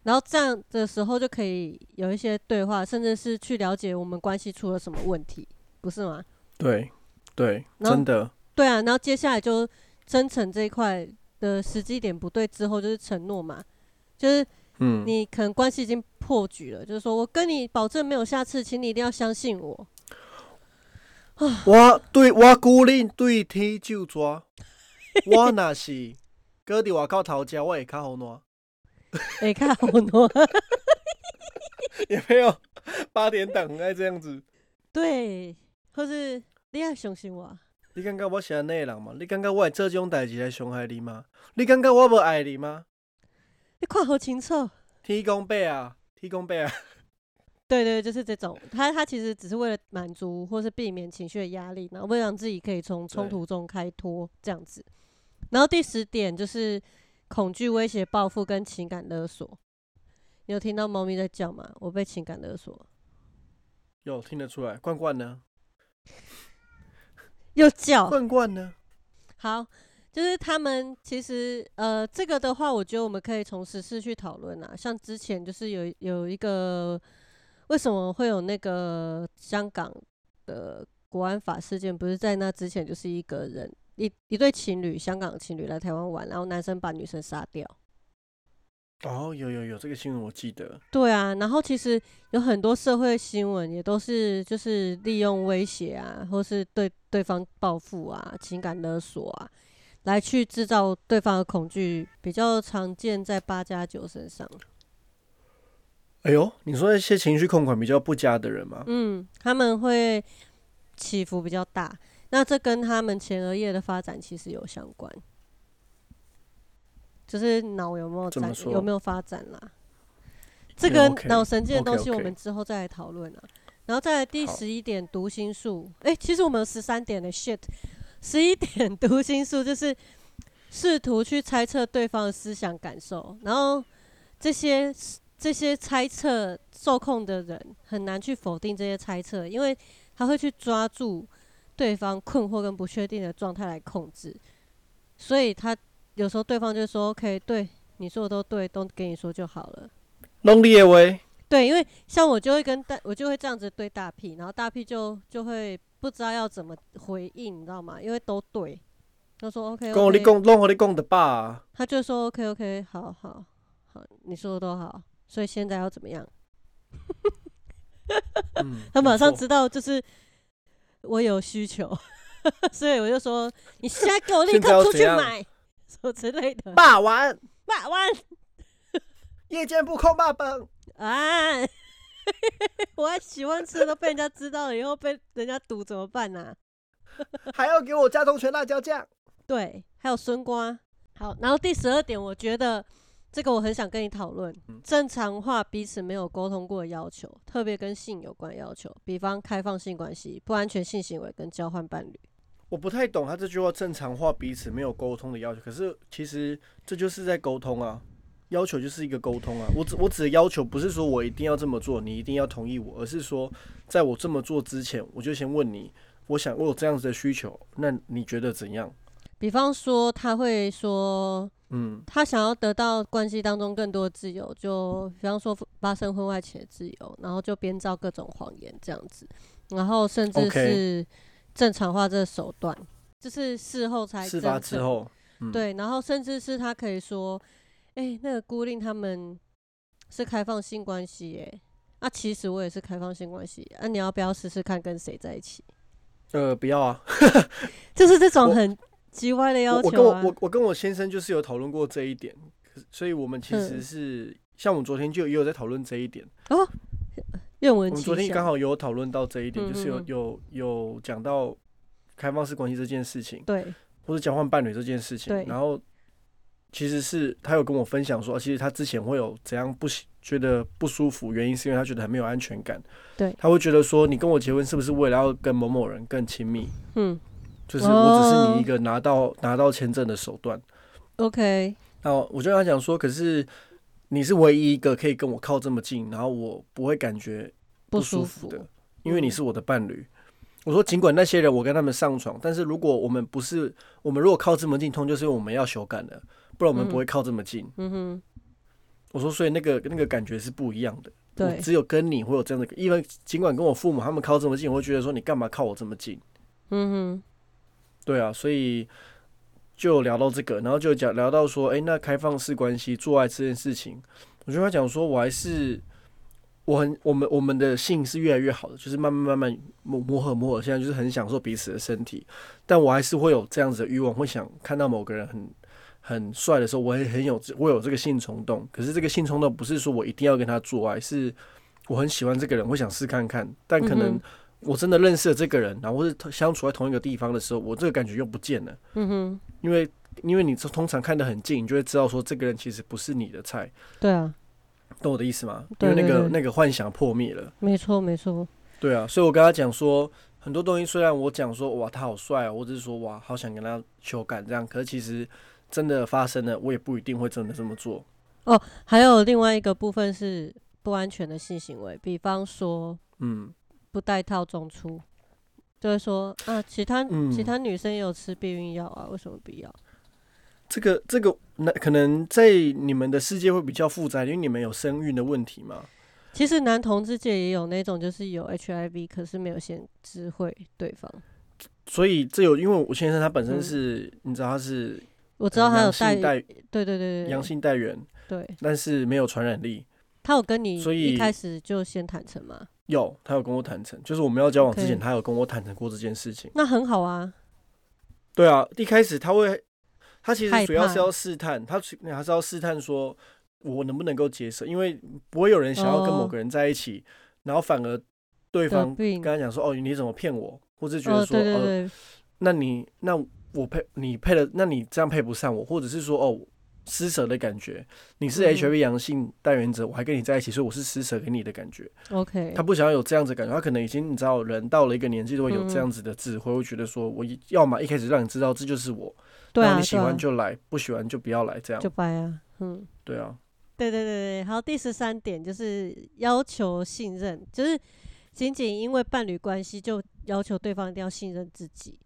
[SPEAKER 2] 然后这样的时候就可以有一些对话，甚至是去了解我们关系出了什么问题，不是吗？
[SPEAKER 1] 对对，
[SPEAKER 2] 然后
[SPEAKER 1] 真的
[SPEAKER 2] 对啊，然后接下来就真诚这一块的时机点不对之后，就是承诺嘛，就是
[SPEAKER 1] 嗯，
[SPEAKER 2] 你可能关系已经破局了，就是说我跟你保证没有下次，请你一定要相信我。
[SPEAKER 1] 我对我孤零对天就抓，我若是搁伫外口头家，我会较好暖。
[SPEAKER 2] 哎、看好多，
[SPEAKER 1] 有没有八点档很爱这样子？
[SPEAKER 2] 对，或是你要相信我，
[SPEAKER 1] 你感觉我是安尼的人吗？你感觉我会做这种代志来伤害你吗？你感觉我无爱你吗？
[SPEAKER 2] 你看好清楚。
[SPEAKER 1] 天公伯啊，天公伯啊！
[SPEAKER 2] 对对，就是这种。他他其实只是为了满足或是避免情绪的压力，然后为了让自己可以从冲
[SPEAKER 1] 对
[SPEAKER 2] 突中开脱这样子。然后第十点就是恐惧、威胁、报复跟情感勒索。你有听到猫咪在叫吗？我被情感勒索，
[SPEAKER 1] 有听得出来，罐罐呢？
[SPEAKER 2] 又叫。
[SPEAKER 1] 罐罐呢？
[SPEAKER 2] 好，就是他们其实呃，这个的话，我觉得我们可以从实事去讨论啊。像之前就是有有一个为什么会有那个香港的国安法事件，不是在那之前就是一个人一一对情侣，香港情侣来台湾玩，然后男生把女生杀掉。
[SPEAKER 1] 哦，有有有，这个新闻我记得。
[SPEAKER 2] 对啊，然后其实有很多社会新闻也都是就是利用威胁啊，或是对对方报复啊、情感勒索啊，来去制造对方的恐惧，比较常见在八加九身上。
[SPEAKER 1] 哎呦，你说那些情绪控管比较不佳的人吗？
[SPEAKER 2] 嗯，他们会起伏比较大，那这跟他们前额叶的发展其实有相关，就是脑有没有
[SPEAKER 1] 怎么
[SPEAKER 2] 展
[SPEAKER 1] 说
[SPEAKER 2] 有没有发展啦。这
[SPEAKER 1] 有
[SPEAKER 2] 个
[SPEAKER 1] OK，
[SPEAKER 2] 脑神经的东西，
[SPEAKER 1] OK，OK
[SPEAKER 2] 我们之后再来讨论啊。然后再来第
[SPEAKER 1] 好
[SPEAKER 2] 十一点，读心术。哎、其实我们有十三点的 shit，十 一点读心术就是试图去猜测对方的思想感受，然后这些这些猜测受控的人很难去否定这些猜测，因为他会去抓住对方困惑跟不确定的状态来控制，所以他有时候对方就说 OK，对你说的都对，都跟你说就好了。
[SPEAKER 1] 弄立叶威，
[SPEAKER 2] 对，因为像我就会跟大，我就会这样子对大 P，然后大 P 就就会不知道要怎么回应，你知道吗？因为都对，他说 OK，,
[SPEAKER 1] 跟我你
[SPEAKER 2] OK
[SPEAKER 1] 讲，弄我你讲的啊吧。
[SPEAKER 2] 他就说 OK OK，好好好，你说的都好，所以现在要怎么样？
[SPEAKER 1] 嗯，
[SPEAKER 2] 他马上
[SPEAKER 1] 没错
[SPEAKER 2] 知道就是我有需求， 所以我就说你现在给我立
[SPEAKER 1] 现在要
[SPEAKER 2] 刻出去
[SPEAKER 1] 怎样
[SPEAKER 2] 买，什么之类的，
[SPEAKER 1] 霸王
[SPEAKER 2] 卖完
[SPEAKER 1] 夜间不空霸本，
[SPEAKER 2] 啊！ 我还喜欢吃都被人家知道了，以后被人家堵怎么办啊呢、
[SPEAKER 1] 还要给我加中全辣椒酱。
[SPEAKER 2] 对，还有酸瓜。好，然后第十二点，我觉得这个我很想跟你讨论
[SPEAKER 1] 嗯。
[SPEAKER 2] 正常化彼此没有沟通过的要求，特别跟性有关的要求，比方开放性关系、不安全性行为跟交换伴侣。
[SPEAKER 1] 我不太懂他这句话正常化彼此没有沟通的要求，可是其实这就是在沟通啊，要求就是一个沟通啊。我只我只要求不是说我一定要这么做，你一定要同意我，而是说在我这么做之前，我就先问你，我想我有这样子的需求，那你觉得怎样？
[SPEAKER 2] 比方说，他会说
[SPEAKER 1] 嗯，
[SPEAKER 2] 他想要得到关系当中更多的自由，就比方说发生婚外情的自由，然后就编造各种谎言这样子，然后甚至
[SPEAKER 1] OK
[SPEAKER 2] 是正常化这个手段，就是事后才
[SPEAKER 1] 事发
[SPEAKER 2] 真
[SPEAKER 1] 之
[SPEAKER 2] 诚
[SPEAKER 1] 后，嗯
[SPEAKER 2] 对，然后甚至是他可以说，哎、那个孤令他们是开放性关系耶，啊，其实我也是开放性关系，啊，你要不要试试看跟谁在一起？
[SPEAKER 1] 呃，不要啊，
[SPEAKER 2] 就是这种
[SPEAKER 1] 我
[SPEAKER 2] 很叽歪的要
[SPEAKER 1] 我我
[SPEAKER 2] 求
[SPEAKER 1] 跟我
[SPEAKER 2] 啊。
[SPEAKER 1] 我我跟我先生就是有讨论过这一点，可是所以我们其实
[SPEAKER 2] 嗯
[SPEAKER 1] 是、像我们昨天就也有在讨论这一点。
[SPEAKER 2] 愿闻
[SPEAKER 1] 我们
[SPEAKER 2] 其
[SPEAKER 1] 昨天
[SPEAKER 2] 详。
[SPEAKER 1] 刚好有讨论到这一点，
[SPEAKER 2] 嗯
[SPEAKER 1] 就是有
[SPEAKER 2] 嗯嗯
[SPEAKER 1] 有有讲到开放式关系这件事情，
[SPEAKER 2] 对
[SPEAKER 1] 或者交换伴侣这件事情
[SPEAKER 2] 对。
[SPEAKER 1] 然后其实是他有跟我分享说，啊其实他之前会有怎样不喜觉得不舒服，原因是因为他觉得很没有安全感。
[SPEAKER 2] 对
[SPEAKER 1] 他会觉得说，你跟我结婚是不是为了要跟某某人更亲密？
[SPEAKER 2] 嗯
[SPEAKER 1] 就是我只是
[SPEAKER 2] 哦
[SPEAKER 1] 你一个拿到拿到签证的手段。
[SPEAKER 2] ，OK，
[SPEAKER 1] 然后我就跟他讲说，可是你是唯一一个可以跟我靠这么近，然后我不会感觉
[SPEAKER 2] 不
[SPEAKER 1] 舒
[SPEAKER 2] 服嗯
[SPEAKER 1] 的，因为你是我的伴侣。我说，尽管那些人我跟他们上床，但是如果我们不是我们如果靠这么近，通就是因为我们要修改的，不然我们
[SPEAKER 2] 嗯
[SPEAKER 1] 不会靠这么近。
[SPEAKER 2] 嗯哼，
[SPEAKER 1] 我说，所以那个那个感觉是不一样的。我
[SPEAKER 2] 对，
[SPEAKER 1] 只有跟你会有这样的，因为尽管跟我父母他们靠这么近，我会觉得说你干嘛靠我这么近？
[SPEAKER 2] 嗯
[SPEAKER 1] 对啊，所以就聊到这个，然后就讲聊到说，哎、那开放式关系做爱这件事情，我就跟他讲说，我还是我很我们我们的性是越来越好的，就是慢慢慢慢磨磨合磨合，现在就是很享受彼此的身体，但我还是会有这样子的欲望，会想看到某个人很。很帅的时候，我也很有这我有这个性冲动，可是这个性冲动不是说我一定要跟他做爱，是我很喜欢这个人，我想试看看，但可
[SPEAKER 2] 嗯
[SPEAKER 1] 能
[SPEAKER 2] 哼
[SPEAKER 1] 我真的认识了这个人，然后或是相处在同一个地方的时候，我这个感觉又不见了，
[SPEAKER 2] 哼，嗯哼，
[SPEAKER 1] 因为因为你通常看得很近，你就会知道说这个人其实不是你的菜，
[SPEAKER 2] 对啊，
[SPEAKER 1] 懂我的意思吗？
[SPEAKER 2] 对
[SPEAKER 1] 因为那个
[SPEAKER 2] 对对
[SPEAKER 1] 那个幻想破灭了，
[SPEAKER 2] 没错没错，
[SPEAKER 1] 对啊，所以我跟他讲说，很多东西虽然我讲说哇他好帅、哦，我只是说哇好想跟他求感这样，可是其实真的发生了，我也不一定会真的这么做。
[SPEAKER 2] 还有另外一个部分是不安全的性行为，比方说
[SPEAKER 1] 嗯，
[SPEAKER 2] 不戴套中出，就会说啊，其他、
[SPEAKER 1] 嗯
[SPEAKER 2] 其他女生也有吃避孕药啊，为什么不要？
[SPEAKER 1] 这个这个那可能在你们的世界会比较复杂，因为你们有生育的问题嘛。
[SPEAKER 2] 其实男同志界也有那种，就是有 HIV，可是没有先知会对方。
[SPEAKER 1] 所以这有，因为我先生他本
[SPEAKER 2] 嗯
[SPEAKER 1] 身是，你知道他是
[SPEAKER 2] 我知道他有
[SPEAKER 1] 呃阳
[SPEAKER 2] 带，
[SPEAKER 1] 性代
[SPEAKER 2] 对对对对，
[SPEAKER 1] 阳性代源，
[SPEAKER 2] 对，
[SPEAKER 1] 但是没有传染力。
[SPEAKER 2] 他有跟你
[SPEAKER 1] 所以
[SPEAKER 2] 一开始就先坦诚吗？
[SPEAKER 1] 有，他有跟我坦诚，就是我们要交往之前
[SPEAKER 2] OK
[SPEAKER 1] 他有跟我坦诚过这件事情。
[SPEAKER 2] 那很好啊，
[SPEAKER 1] 对啊，一开始他会，他其
[SPEAKER 2] 害
[SPEAKER 1] 实主要是
[SPEAKER 2] 怕
[SPEAKER 1] 要试探，他主还是要试探说我能不能够接受，因为不会有人想要跟某
[SPEAKER 2] 哦
[SPEAKER 1] 个人在一起，然后反而对
[SPEAKER 2] 得
[SPEAKER 1] 方
[SPEAKER 2] 病
[SPEAKER 1] 跟他讲说：“哦，你怎么骗我？”或是觉
[SPEAKER 2] 哦，
[SPEAKER 1] 得说：“
[SPEAKER 2] 对对
[SPEAKER 1] 呃，
[SPEAKER 2] 对，
[SPEAKER 1] 那你那我配你配了，那你这样配不上我，或者是说哦施舍的感觉，你是
[SPEAKER 2] 嗯
[SPEAKER 1] HIV 阳性带源者，我还跟你在一起，所以我是施舍给你的感觉。
[SPEAKER 2] OK，
[SPEAKER 1] 哦他不想要有这样子的感觉，他可能已经你知道，人到了一个年纪都会有这样子的智慧，会觉得说我一要么一开始让你知道这就是我，
[SPEAKER 2] 对
[SPEAKER 1] 然
[SPEAKER 2] 啊，
[SPEAKER 1] 后你喜
[SPEAKER 2] 对啊
[SPEAKER 1] 欢就来，不喜欢就不要来，这样
[SPEAKER 2] 就掰啊，嗯，
[SPEAKER 1] 对啊，
[SPEAKER 2] 对对对对。好，第十三点就是要求信任，就是仅仅因为伴侣关系就要求对方一定要信任自己。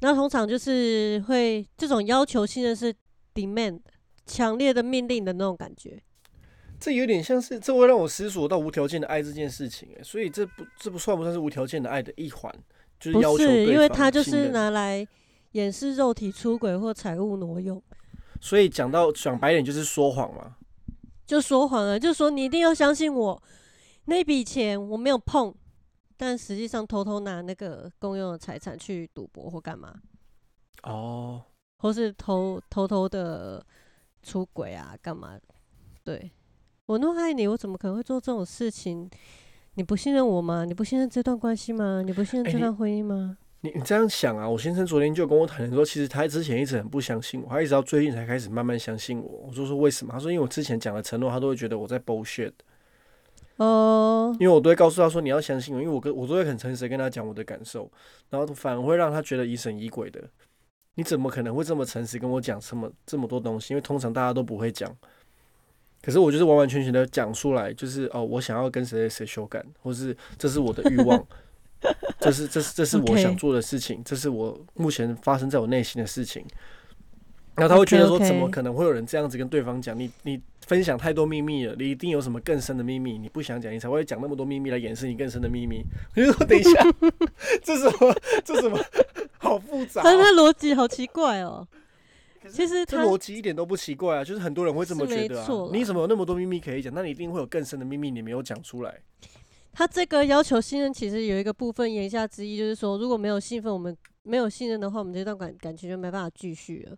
[SPEAKER 2] 那通常就是会这种要求信任是 demand 强烈的命令的那种感觉。
[SPEAKER 1] 这有点像是这会让我思索到无条件的爱这件事情、欸，所以这不这不算不算是无条件的爱的一环，就是要
[SPEAKER 2] 不
[SPEAKER 1] 求
[SPEAKER 2] 是，
[SPEAKER 1] 对
[SPEAKER 2] 因为
[SPEAKER 1] 方
[SPEAKER 2] 他就
[SPEAKER 1] 信
[SPEAKER 2] 是
[SPEAKER 1] 任
[SPEAKER 2] 拿来掩饰肉体出轨或财务挪用，
[SPEAKER 1] 所以讲到讲白点就是说谎嘛。
[SPEAKER 2] 就说谎了，就说你一定要相信我，那笔钱我没有碰，但实际上偷偷拿那个公用的财产去赌博或干嘛，
[SPEAKER 1] 哦，
[SPEAKER 2] 或是偷偷偷的出轨啊干嘛？对我那么爱你，我怎么可能会做这种事情？你不信任我吗？你不信任这段关系吗？你不信任
[SPEAKER 1] 哎
[SPEAKER 2] 这
[SPEAKER 1] 你
[SPEAKER 2] 段婚姻吗？
[SPEAKER 1] 你你这样想啊，我先生昨天就跟我坦诚说，其实他之前一直很不相信我，他一直到最近才开始慢慢相信我。我就说为什么？他说因为我之前讲的承诺，他都会觉得我在 bullshit，
[SPEAKER 2] 哦、
[SPEAKER 1] 因为我都会告诉他说你要相信我，因为我跟我都会很诚实地跟他讲我的感受，然后反而会让他觉得疑神疑鬼的。你怎么可能会这么诚实跟我讲这么这么多东西？因为通常大家都不会讲。可是我就是完完全全的讲出来，就是哦，我想要跟谁谁谁修改，或是这是我的欲望，这是这是这是我
[SPEAKER 2] OK
[SPEAKER 1] 想做的事情这是我目前发生在我内心的事情。然后他会觉得说
[SPEAKER 2] OK，OK
[SPEAKER 1] 怎么可能会有人这样子跟对方讲？你你分享太多秘密了，你一定有什么更深的秘密，你不想讲，你才会讲那么多秘密来掩饰你更深的秘密。 我就说等一下，这什么这什么好复杂、
[SPEAKER 2] 他
[SPEAKER 1] 哦。
[SPEAKER 2] 他逻辑好奇怪哦、
[SPEAKER 1] 可是
[SPEAKER 2] 其实
[SPEAKER 1] 这
[SPEAKER 2] 他
[SPEAKER 1] 逻辑一点都不奇怪啊，就是很多人会这么觉得
[SPEAKER 2] 是没
[SPEAKER 1] 啊
[SPEAKER 2] 错。啦
[SPEAKER 1] 你怎么有那么多秘密可以讲？那你一定会有更深的秘密你没有讲出来。
[SPEAKER 2] 他这个要求信任，其实有一个部分，言下之意就是说，如果没有信任，我们没有信任的话，我们这段感感情就没办法继续了。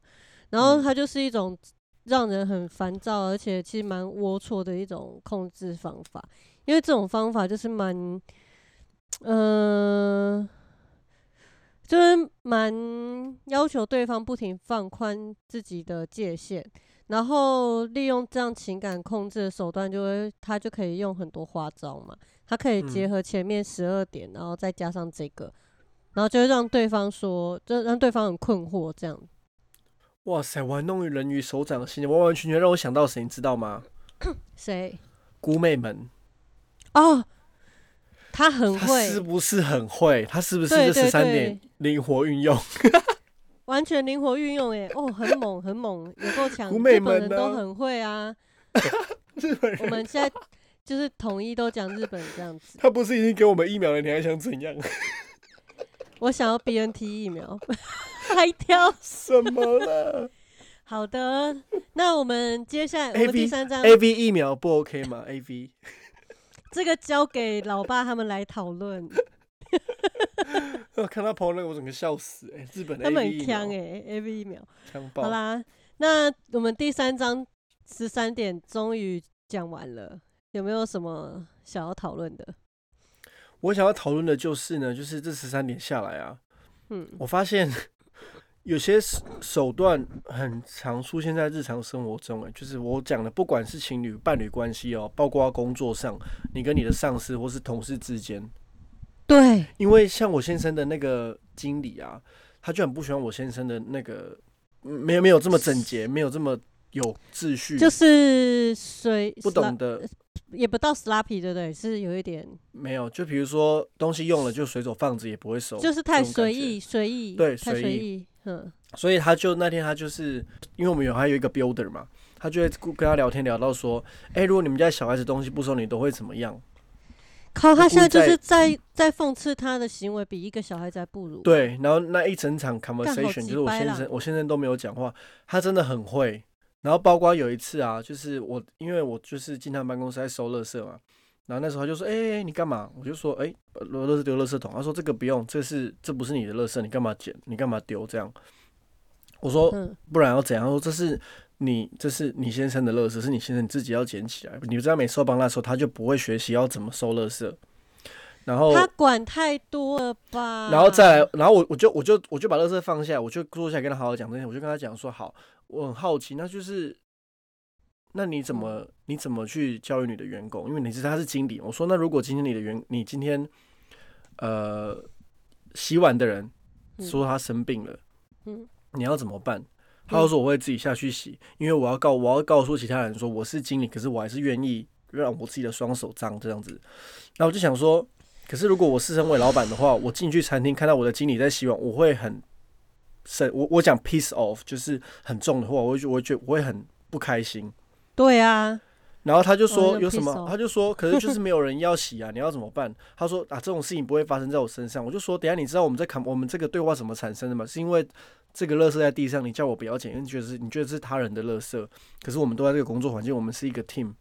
[SPEAKER 2] 然后
[SPEAKER 1] 嗯
[SPEAKER 2] 他就是一种让人很烦躁，而且其实蛮龌龊的一种控制方法，因为这种方法就是蛮，嗯、就是蛮要求对方不停放宽自己的界限。然后利用这样情感控制的手段，就会他就可以用很多花招嘛。他可以
[SPEAKER 1] 嗯
[SPEAKER 2] 结合前面十二点，然后再加上这个，然后就会让对方说，就让对方很困惑这样。
[SPEAKER 1] 哇塞，玩弄于人鱼手掌心，完完全全让我想到谁，你知道吗？
[SPEAKER 2] 谁？
[SPEAKER 1] 姑妹们，
[SPEAKER 2] 哦，他很
[SPEAKER 1] 她是
[SPEAKER 2] 会，
[SPEAKER 1] 不是很会？她是不是
[SPEAKER 2] 对
[SPEAKER 1] 这十
[SPEAKER 2] 对
[SPEAKER 1] 三
[SPEAKER 2] 对
[SPEAKER 1] 点灵活运用？
[SPEAKER 2] 完全灵活运用耶！哦，很猛，很猛，有够强。
[SPEAKER 1] 姑妹
[SPEAKER 2] 日本
[SPEAKER 1] 们
[SPEAKER 2] 人
[SPEAKER 1] 呢
[SPEAKER 2] 都很会啊。
[SPEAKER 1] 日本
[SPEAKER 2] 我
[SPEAKER 1] 人，
[SPEAKER 2] 们现在就是统一都讲日本这样子。
[SPEAKER 1] 他不是已经给我们疫苗了？你还想怎 样？
[SPEAKER 2] 我想要 BNT 疫苗， 还挑。
[SPEAKER 1] 什么 了
[SPEAKER 2] 好的，那我们接下来我
[SPEAKER 1] A
[SPEAKER 2] 们
[SPEAKER 1] V
[SPEAKER 2] 第三章
[SPEAKER 1] ？A V 疫苗不 OK 吗？A V
[SPEAKER 2] 这个交给老爸他们来 讨论，
[SPEAKER 1] 我看他朋友那个，我整个笑死！哎、日本
[SPEAKER 2] 他
[SPEAKER 1] A
[SPEAKER 2] 们
[SPEAKER 1] V
[SPEAKER 2] 很
[SPEAKER 1] 疫
[SPEAKER 2] 强
[SPEAKER 1] 苗，
[SPEAKER 2] 哎，A V 疫苗。
[SPEAKER 1] 强
[SPEAKER 2] 好
[SPEAKER 1] 爆！
[SPEAKER 2] 啦，那我们第三章十三点终于讲完了，有没有什么想要讨论的？
[SPEAKER 1] 我想要讨论的就是呢，就是这十三点下来啊，
[SPEAKER 2] 嗯，
[SPEAKER 1] 我发现 有些手手段很常出现在日常生活中、欸，就是我讲的，不管是情侣、伴侣关系哦，包括工作上，你跟你的上司或是同事之间，
[SPEAKER 2] 对，
[SPEAKER 1] 因为像我先生的那个经理啊，他就很不喜欢我先生的那个，嗯没有没有这么整洁，没有这么有秩序，
[SPEAKER 2] 就是水
[SPEAKER 1] 嗯不
[SPEAKER 2] sla-
[SPEAKER 1] 懂得
[SPEAKER 2] 也不到 sloppy，对不对？是有一点，
[SPEAKER 1] 没有，就比如说东西用了就随手放着，也不会收，
[SPEAKER 2] 就是太
[SPEAKER 1] 这种感
[SPEAKER 2] 随
[SPEAKER 1] 觉
[SPEAKER 2] 意，随意，
[SPEAKER 1] 对
[SPEAKER 2] 太
[SPEAKER 1] 随
[SPEAKER 2] 随
[SPEAKER 1] 意
[SPEAKER 2] 意，嗯，
[SPEAKER 1] 所以他就那天他就是因为我们有还有一个 builder 嘛，他就会跟跟他聊天聊到说，哎、如果你们家小孩子东西不收，你都会怎么样？
[SPEAKER 2] 靠，他
[SPEAKER 1] 就
[SPEAKER 2] 现在
[SPEAKER 1] 故意
[SPEAKER 2] 就是在在讽刺他的行为比一个小孩子还不如，
[SPEAKER 1] 对，然后那一整场
[SPEAKER 2] 好
[SPEAKER 1] conversation
[SPEAKER 2] 鸡
[SPEAKER 1] 就是我
[SPEAKER 2] 掰
[SPEAKER 1] 先
[SPEAKER 2] 啦
[SPEAKER 1] 生，我先生都没有讲话，他真的很会。然后包括有一次啊，就是我因为我就是进他办公室在收垃圾嘛，然后那时候他就说：“哎、你干嘛？”我就说：“哎、呃垃圾丢垃圾桶。”他说：“这个不用，这是这不是你的垃圾，你干嘛捡？你干嘛丢？”这样，我说：“
[SPEAKER 2] 嗯，
[SPEAKER 1] 不然要怎样？他说这是你，这是你先生的垃圾，是你先生你自己要捡起来。你这样每次帮他的时候，他就不会学习要怎么收垃圾。然后，
[SPEAKER 2] 他管太多了
[SPEAKER 1] 哦
[SPEAKER 2] 吧？
[SPEAKER 1] 然后再来，然后我我就我就我就把垃圾放下，我就坐下来跟他好好讲这些。我就跟他讲说，好，我很好奇，那就是，那你怎
[SPEAKER 2] 嗯
[SPEAKER 1] 么你怎么去教育你的员工？因为你是他是经理，我说那如果今天你的员你今天呃洗碗的人
[SPEAKER 2] 嗯
[SPEAKER 1] 说他生病了，
[SPEAKER 2] 嗯
[SPEAKER 1] 你要怎么办？他就说我会自己下去洗，因为我要告我要告诉其他人说我是经理，可是我还是愿意让我自己的双手脏这样子。那我就想说，可是如果我是身为老板的话，我进去餐厅看到我的经理在洗碗，我会很生我我讲 piece off 就是很重的话，我会觉我会觉我会很不开心。
[SPEAKER 2] 对啊，
[SPEAKER 1] 然后他就说
[SPEAKER 2] 哦
[SPEAKER 1] 有什
[SPEAKER 2] 那种 piece
[SPEAKER 1] 么
[SPEAKER 2] off，
[SPEAKER 1] 他就 说可是就是没有人要洗啊，你要怎么办？他说啊这种事情不会发生在我身上。我就说等一下你知道我们在看我们这个对话怎么产生的吗？是因为这个垃圾在地上，你叫我不要捡，因为你觉得是你觉得是他人的垃圾，可是我们都在这个工作环境，我们是一个 team，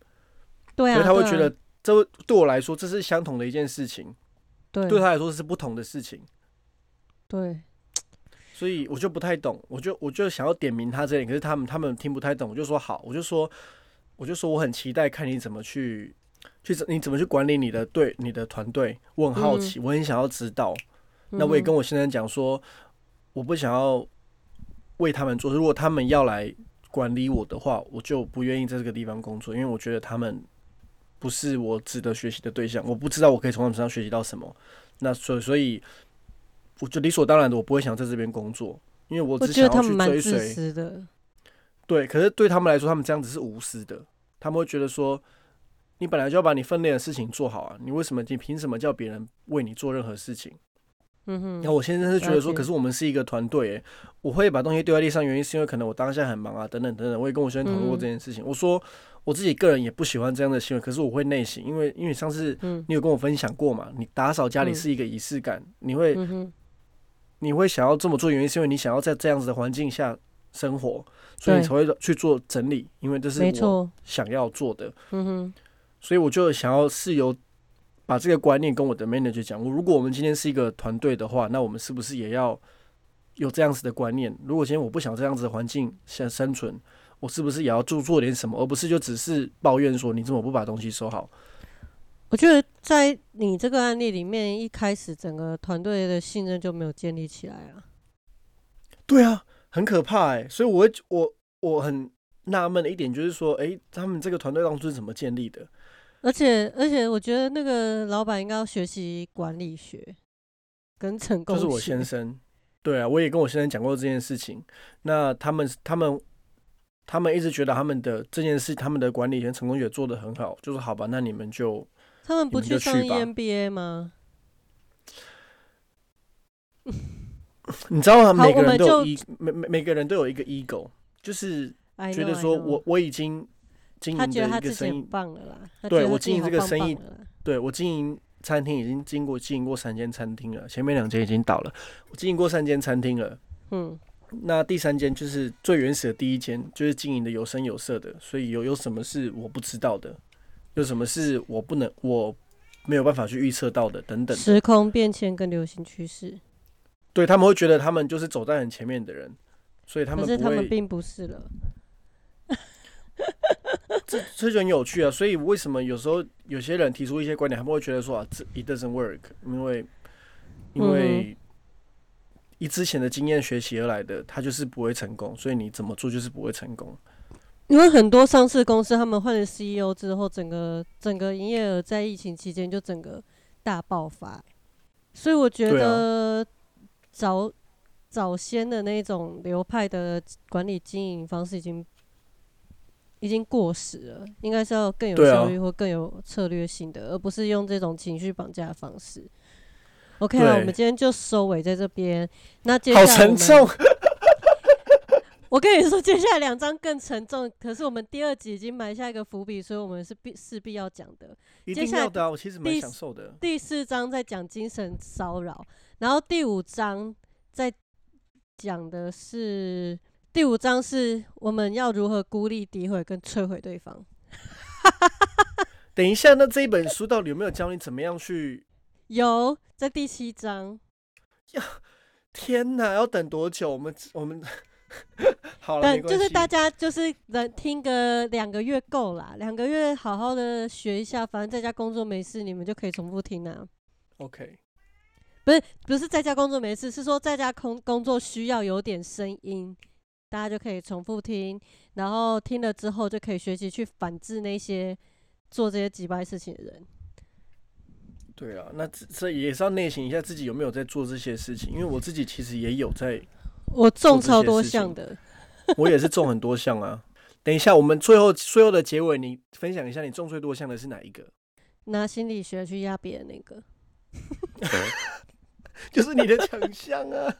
[SPEAKER 2] 对
[SPEAKER 1] 所
[SPEAKER 2] 啊，
[SPEAKER 1] 以他会
[SPEAKER 2] 对啊
[SPEAKER 1] 觉得这会对我来说这是相同的一件事情，
[SPEAKER 2] 对
[SPEAKER 1] 对他来说是不同的事情。
[SPEAKER 2] 对
[SPEAKER 1] 所以我就不太懂，我就我就想要点名他这点，可是他们他们听不太懂，我就说好，我就说我就说我很期待看你怎么去去怎你怎么去管理你的队你的团队，我很好奇，我很想要知道。那嗯我也跟
[SPEAKER 2] 我
[SPEAKER 1] 我先生讲说，我不想要为他们做，如果他们要来管理我的话，我就不愿意在这个地方工作，因为我觉得他们不是我值得学习的对象，我不知道我可以从他们身上学习到什么。那所以所以，我就理所当然的，我不会想在这边工作，因为我
[SPEAKER 2] 我
[SPEAKER 1] 只
[SPEAKER 2] 觉
[SPEAKER 1] 想
[SPEAKER 2] 得他
[SPEAKER 1] 要
[SPEAKER 2] 们
[SPEAKER 1] 去
[SPEAKER 2] 蛮
[SPEAKER 1] 追
[SPEAKER 2] 自
[SPEAKER 1] 随。
[SPEAKER 2] 私的，
[SPEAKER 1] 对，可是对他们来说，他们这样子是无私的，他们会觉得说，你本来就要把你分内的事情做好啊，你为什么你凭什么叫别人为你做任何事情？
[SPEAKER 2] 嗯
[SPEAKER 1] 那
[SPEAKER 2] 哼，
[SPEAKER 1] 我先生是觉得说，
[SPEAKER 2] 了解
[SPEAKER 1] 可是我们是一个团队耶，我会把东西丢在地上，原因是因为可能我当下很忙啊，等等等等。我也跟我先生讨论过
[SPEAKER 2] 嗯
[SPEAKER 1] 这件事情，我说我自己个人也不喜欢这样的行为，可是我会内省，因为因为上次
[SPEAKER 2] 嗯
[SPEAKER 1] 你有跟我分享过嘛，你打扫家里
[SPEAKER 2] 嗯
[SPEAKER 1] 是一个仪式感，你会
[SPEAKER 2] 嗯哼，
[SPEAKER 1] 你会想要这么做，原因是因为你想要在这样子的环境下生活，所以你
[SPEAKER 2] 对
[SPEAKER 1] 才会去做整理，因为这是
[SPEAKER 2] 没
[SPEAKER 1] 我
[SPEAKER 2] 错，
[SPEAKER 1] 想要做的。
[SPEAKER 2] 嗯哼，
[SPEAKER 1] 所以我就想要是由把这个观念跟我的 manager 讲，如果我们今天是一个团队的话，那我们是不是也要有这样子的观念？如果今天我不想这样子的环境下生存，我是不是也要做做点什么，而不是就只是抱怨说你怎么不把东西收好？
[SPEAKER 2] 我觉得在你这个案例里面，一开始整个团队的信任就没有建立起来啊。
[SPEAKER 1] 对啊，很可怕哎、所以我会我我很纳闷的一点就是说，诶，他们这个团队当初是怎么建立的？
[SPEAKER 2] 而且而且，我觉得那个老板应该要学习管理学跟成功
[SPEAKER 1] 就
[SPEAKER 2] 学。
[SPEAKER 1] 是我先生。对啊，我也跟我先生讲过这件事情。那他们他们他们一直觉得他们的这件事，他们的管理员成功也做得很好，就是好吧，那你们就
[SPEAKER 2] 他们
[SPEAKER 1] 你
[SPEAKER 2] 不
[SPEAKER 1] 们就
[SPEAKER 2] 去
[SPEAKER 1] 去
[SPEAKER 2] 上 E
[SPEAKER 1] 吧
[SPEAKER 2] EMBA 吗？
[SPEAKER 1] 你知道吗？
[SPEAKER 2] 好
[SPEAKER 1] 每个
[SPEAKER 2] 我
[SPEAKER 1] 人
[SPEAKER 2] 们
[SPEAKER 1] 都有
[SPEAKER 2] 就
[SPEAKER 1] e 每每每个人都有一个 ego，就是
[SPEAKER 2] 哎，
[SPEAKER 1] 觉得说我我已经经
[SPEAKER 2] 他
[SPEAKER 1] 营
[SPEAKER 2] 觉得
[SPEAKER 1] 的
[SPEAKER 2] 他
[SPEAKER 1] 一个
[SPEAKER 2] 自己
[SPEAKER 1] 生意
[SPEAKER 2] 很，棒了啦。他
[SPEAKER 1] 对
[SPEAKER 2] 觉得他
[SPEAKER 1] 我
[SPEAKER 2] 自
[SPEAKER 1] 经
[SPEAKER 2] 己
[SPEAKER 1] 营
[SPEAKER 2] 好
[SPEAKER 1] 这个
[SPEAKER 2] 棒
[SPEAKER 1] 生
[SPEAKER 2] 棒
[SPEAKER 1] 意
[SPEAKER 2] 了啦
[SPEAKER 1] 对我经营餐厅已经经过经营过三间餐厅了，前面两间已经倒了，我经营过三间餐厅了。
[SPEAKER 2] 嗯，
[SPEAKER 1] 那第三间就是最原始的第一间，就是经营的有声有色的，所以有有什么是我不知道的，有什么是我不能我没有办法去预测到的等等的
[SPEAKER 2] 时空变迁跟流行趋势，
[SPEAKER 1] 对他们会觉得他们就是走在很前面的人，所以他
[SPEAKER 2] 可
[SPEAKER 1] 们
[SPEAKER 2] 是
[SPEAKER 1] 不
[SPEAKER 2] 他们
[SPEAKER 1] 会，
[SPEAKER 2] 并不是了。
[SPEAKER 1] 这这就很有趣啊。所以为什么有时候有些人提出一些观点，他们会觉得说啊，这 it doesn't work，因为因
[SPEAKER 2] 嗯
[SPEAKER 1] 为以之前的经验学习而来的，他就是不会成功，所以你怎么做就是不会成功。
[SPEAKER 2] 因为很多上市公司他们换了 CEO 之后，整个整个营业额在疫情期间就整个大爆发，所以我觉
[SPEAKER 1] 对啊
[SPEAKER 2] 得早、早先的那种流派的管理经营方式已经已经过时了，应该是要更有
[SPEAKER 1] 对啊
[SPEAKER 2] 效率或更有策略性的，而不是用这种情绪绑架的方式。OK 啊
[SPEAKER 1] 对
[SPEAKER 2] 了，我们今天就收尾在这边。那接下
[SPEAKER 1] 好
[SPEAKER 2] 来我
[SPEAKER 1] 沉
[SPEAKER 2] 们
[SPEAKER 1] 重，啊
[SPEAKER 2] 我跟你说，接下来两张更沉重，可是我们第二集已经埋下一个伏笔，所以我们是必势必要讲的。
[SPEAKER 1] 一
[SPEAKER 2] 接
[SPEAKER 1] 定
[SPEAKER 2] 下来
[SPEAKER 1] 要的啊！我其实蛮
[SPEAKER 2] 第
[SPEAKER 1] 享受的。
[SPEAKER 2] 第四章在讲精神骚扰，然后第五章在讲的是第五章是我们要如何孤立、诋毁跟摧毁对方。
[SPEAKER 1] 等一下，那这一本书到底有没有教你怎么样去？
[SPEAKER 2] 有在第七章，
[SPEAKER 1] 天哪，要等多久？我们我们 好了，没关
[SPEAKER 2] 但
[SPEAKER 1] 系。
[SPEAKER 2] 就是大家就是能听个两个月够啦，两个月好好的学一下，反正在家工作没事，你们就可以重复听啊。
[SPEAKER 1] OK，
[SPEAKER 2] 不是不是在家工作没事，是说在家工工作需要有点声音，大家就可以重复听，然后听了之后就可以学习去反制那些做这些击败事情的人。
[SPEAKER 1] 对啊，那这这也是要内省一下自己有没有在做这些事情，因为我自己其实也有在，
[SPEAKER 2] 我中
[SPEAKER 1] 做这
[SPEAKER 2] 超
[SPEAKER 1] 些
[SPEAKER 2] 多
[SPEAKER 1] 事
[SPEAKER 2] 项
[SPEAKER 1] 情
[SPEAKER 2] 的，
[SPEAKER 1] 我也是中很多项啊。 等一下，我们最后最后的结尾，你分享一下你中最多项的是哪一个？
[SPEAKER 2] 拿心理学去压别人那个。
[SPEAKER 1] 就是你的强项啊。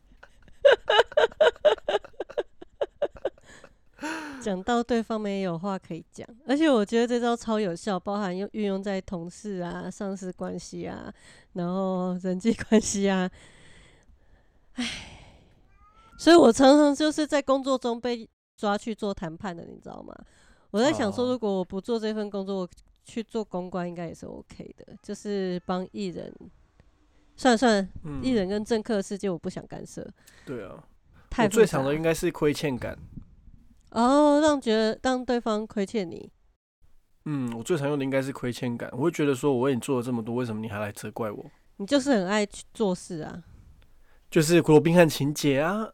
[SPEAKER 2] 讲到对方没有话可以讲，而且我觉得这招超有效，包含用运用在同事啊、上司关系啊，然后人际关系啊，唉，所以我常常就是在工作中被抓去做谈判的，你知道吗？我在想说，
[SPEAKER 1] 哦
[SPEAKER 2] 如果我不做这份工作，我去做公关应该也是 OK 的，就是帮艺人。算了算了，
[SPEAKER 1] 嗯
[SPEAKER 2] 艺人跟政客的世界我不想干涉，
[SPEAKER 1] 对啊，
[SPEAKER 2] 太
[SPEAKER 1] 我
[SPEAKER 2] 复
[SPEAKER 1] 最
[SPEAKER 2] 杂
[SPEAKER 1] 常的
[SPEAKER 2] 了
[SPEAKER 1] 应该是亏欠感。
[SPEAKER 2] 哦，让觉得让对方亏欠你。
[SPEAKER 1] 嗯，我最常用的应该是亏欠感。我会觉得说，我为你做了这么多，为什么你还来责怪我？
[SPEAKER 2] 你就是很爱去做事啊！
[SPEAKER 1] 就是罗宾汉情节啊。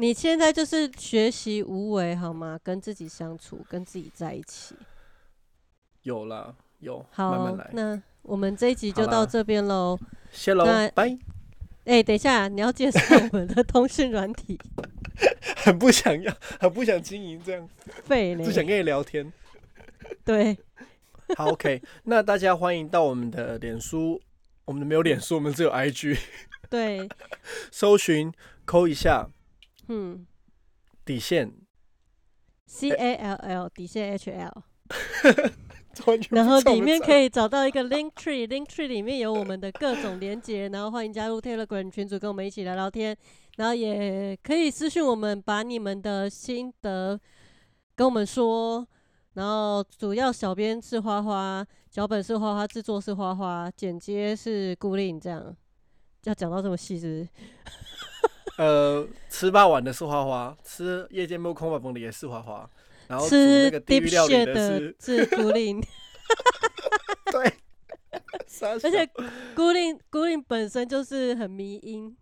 [SPEAKER 2] 你现在就是学习无为好吗？跟自己相处，跟自己在一起。
[SPEAKER 1] 有啦，有，
[SPEAKER 2] 好，
[SPEAKER 1] 慢慢来。
[SPEAKER 2] 那我们这一集就
[SPEAKER 1] 好啦
[SPEAKER 2] 到这边喽。
[SPEAKER 1] 谢喽
[SPEAKER 2] 那，
[SPEAKER 1] 拜。
[SPEAKER 2] 哎、等一下，你要介绍我们的通讯软体
[SPEAKER 1] 很不想要，很不想经营这样，
[SPEAKER 2] 费 呢
[SPEAKER 1] 只？想跟你聊天。
[SPEAKER 2] 对，
[SPEAKER 1] 好，OK，那 大家欢迎到我们的脸书，我们没有脸书，我们只有 IG，
[SPEAKER 2] 对，
[SPEAKER 1] 搜寻扣一下
[SPEAKER 2] 嗯
[SPEAKER 1] 底 线，
[SPEAKER 2] ，C A L L 底线 H L，
[SPEAKER 1] 完全不
[SPEAKER 2] 然后
[SPEAKER 1] 知道我
[SPEAKER 2] 里
[SPEAKER 1] 们
[SPEAKER 2] 面
[SPEAKER 1] 在
[SPEAKER 2] 可以找到一个 Link Tree，Link Tree 里面有我们的各种连接，然后欢迎加入 Telegram 群组跟我们一起聊聊天，然后也可以私讯我们，把你们的心得跟我们说。然后主要小编是花花，脚本是花花，制作是花花，剪接是固定这样。要讲到这么细致，
[SPEAKER 1] 呃，吃八碗的是花花，吃夜间梦空吧崩的也是花花，然后煮
[SPEAKER 2] 吃
[SPEAKER 1] 那个地
[SPEAKER 2] deep
[SPEAKER 1] 狱料理
[SPEAKER 2] shit
[SPEAKER 1] 的
[SPEAKER 2] 的
[SPEAKER 1] 是，
[SPEAKER 2] 是固定，
[SPEAKER 1] 对，傻
[SPEAKER 2] 而
[SPEAKER 1] 小
[SPEAKER 2] 且孤令孤令本身就是很迷音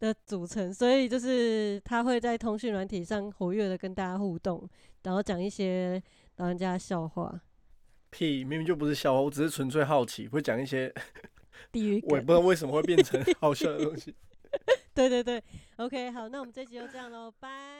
[SPEAKER 2] 的组成，所以就是他会在通讯软体上活跃的跟大家互动，然后讲一些老人家的笑话、
[SPEAKER 1] 屁，明明就不是笑话，我只是纯粹好奇，会讲一些
[SPEAKER 2] 地狱
[SPEAKER 1] 我也
[SPEAKER 2] 梗
[SPEAKER 1] 不。知道为 什么会变成好笑的东西。
[SPEAKER 2] 对对对，OK，好，那我们这集就这样喽，拜。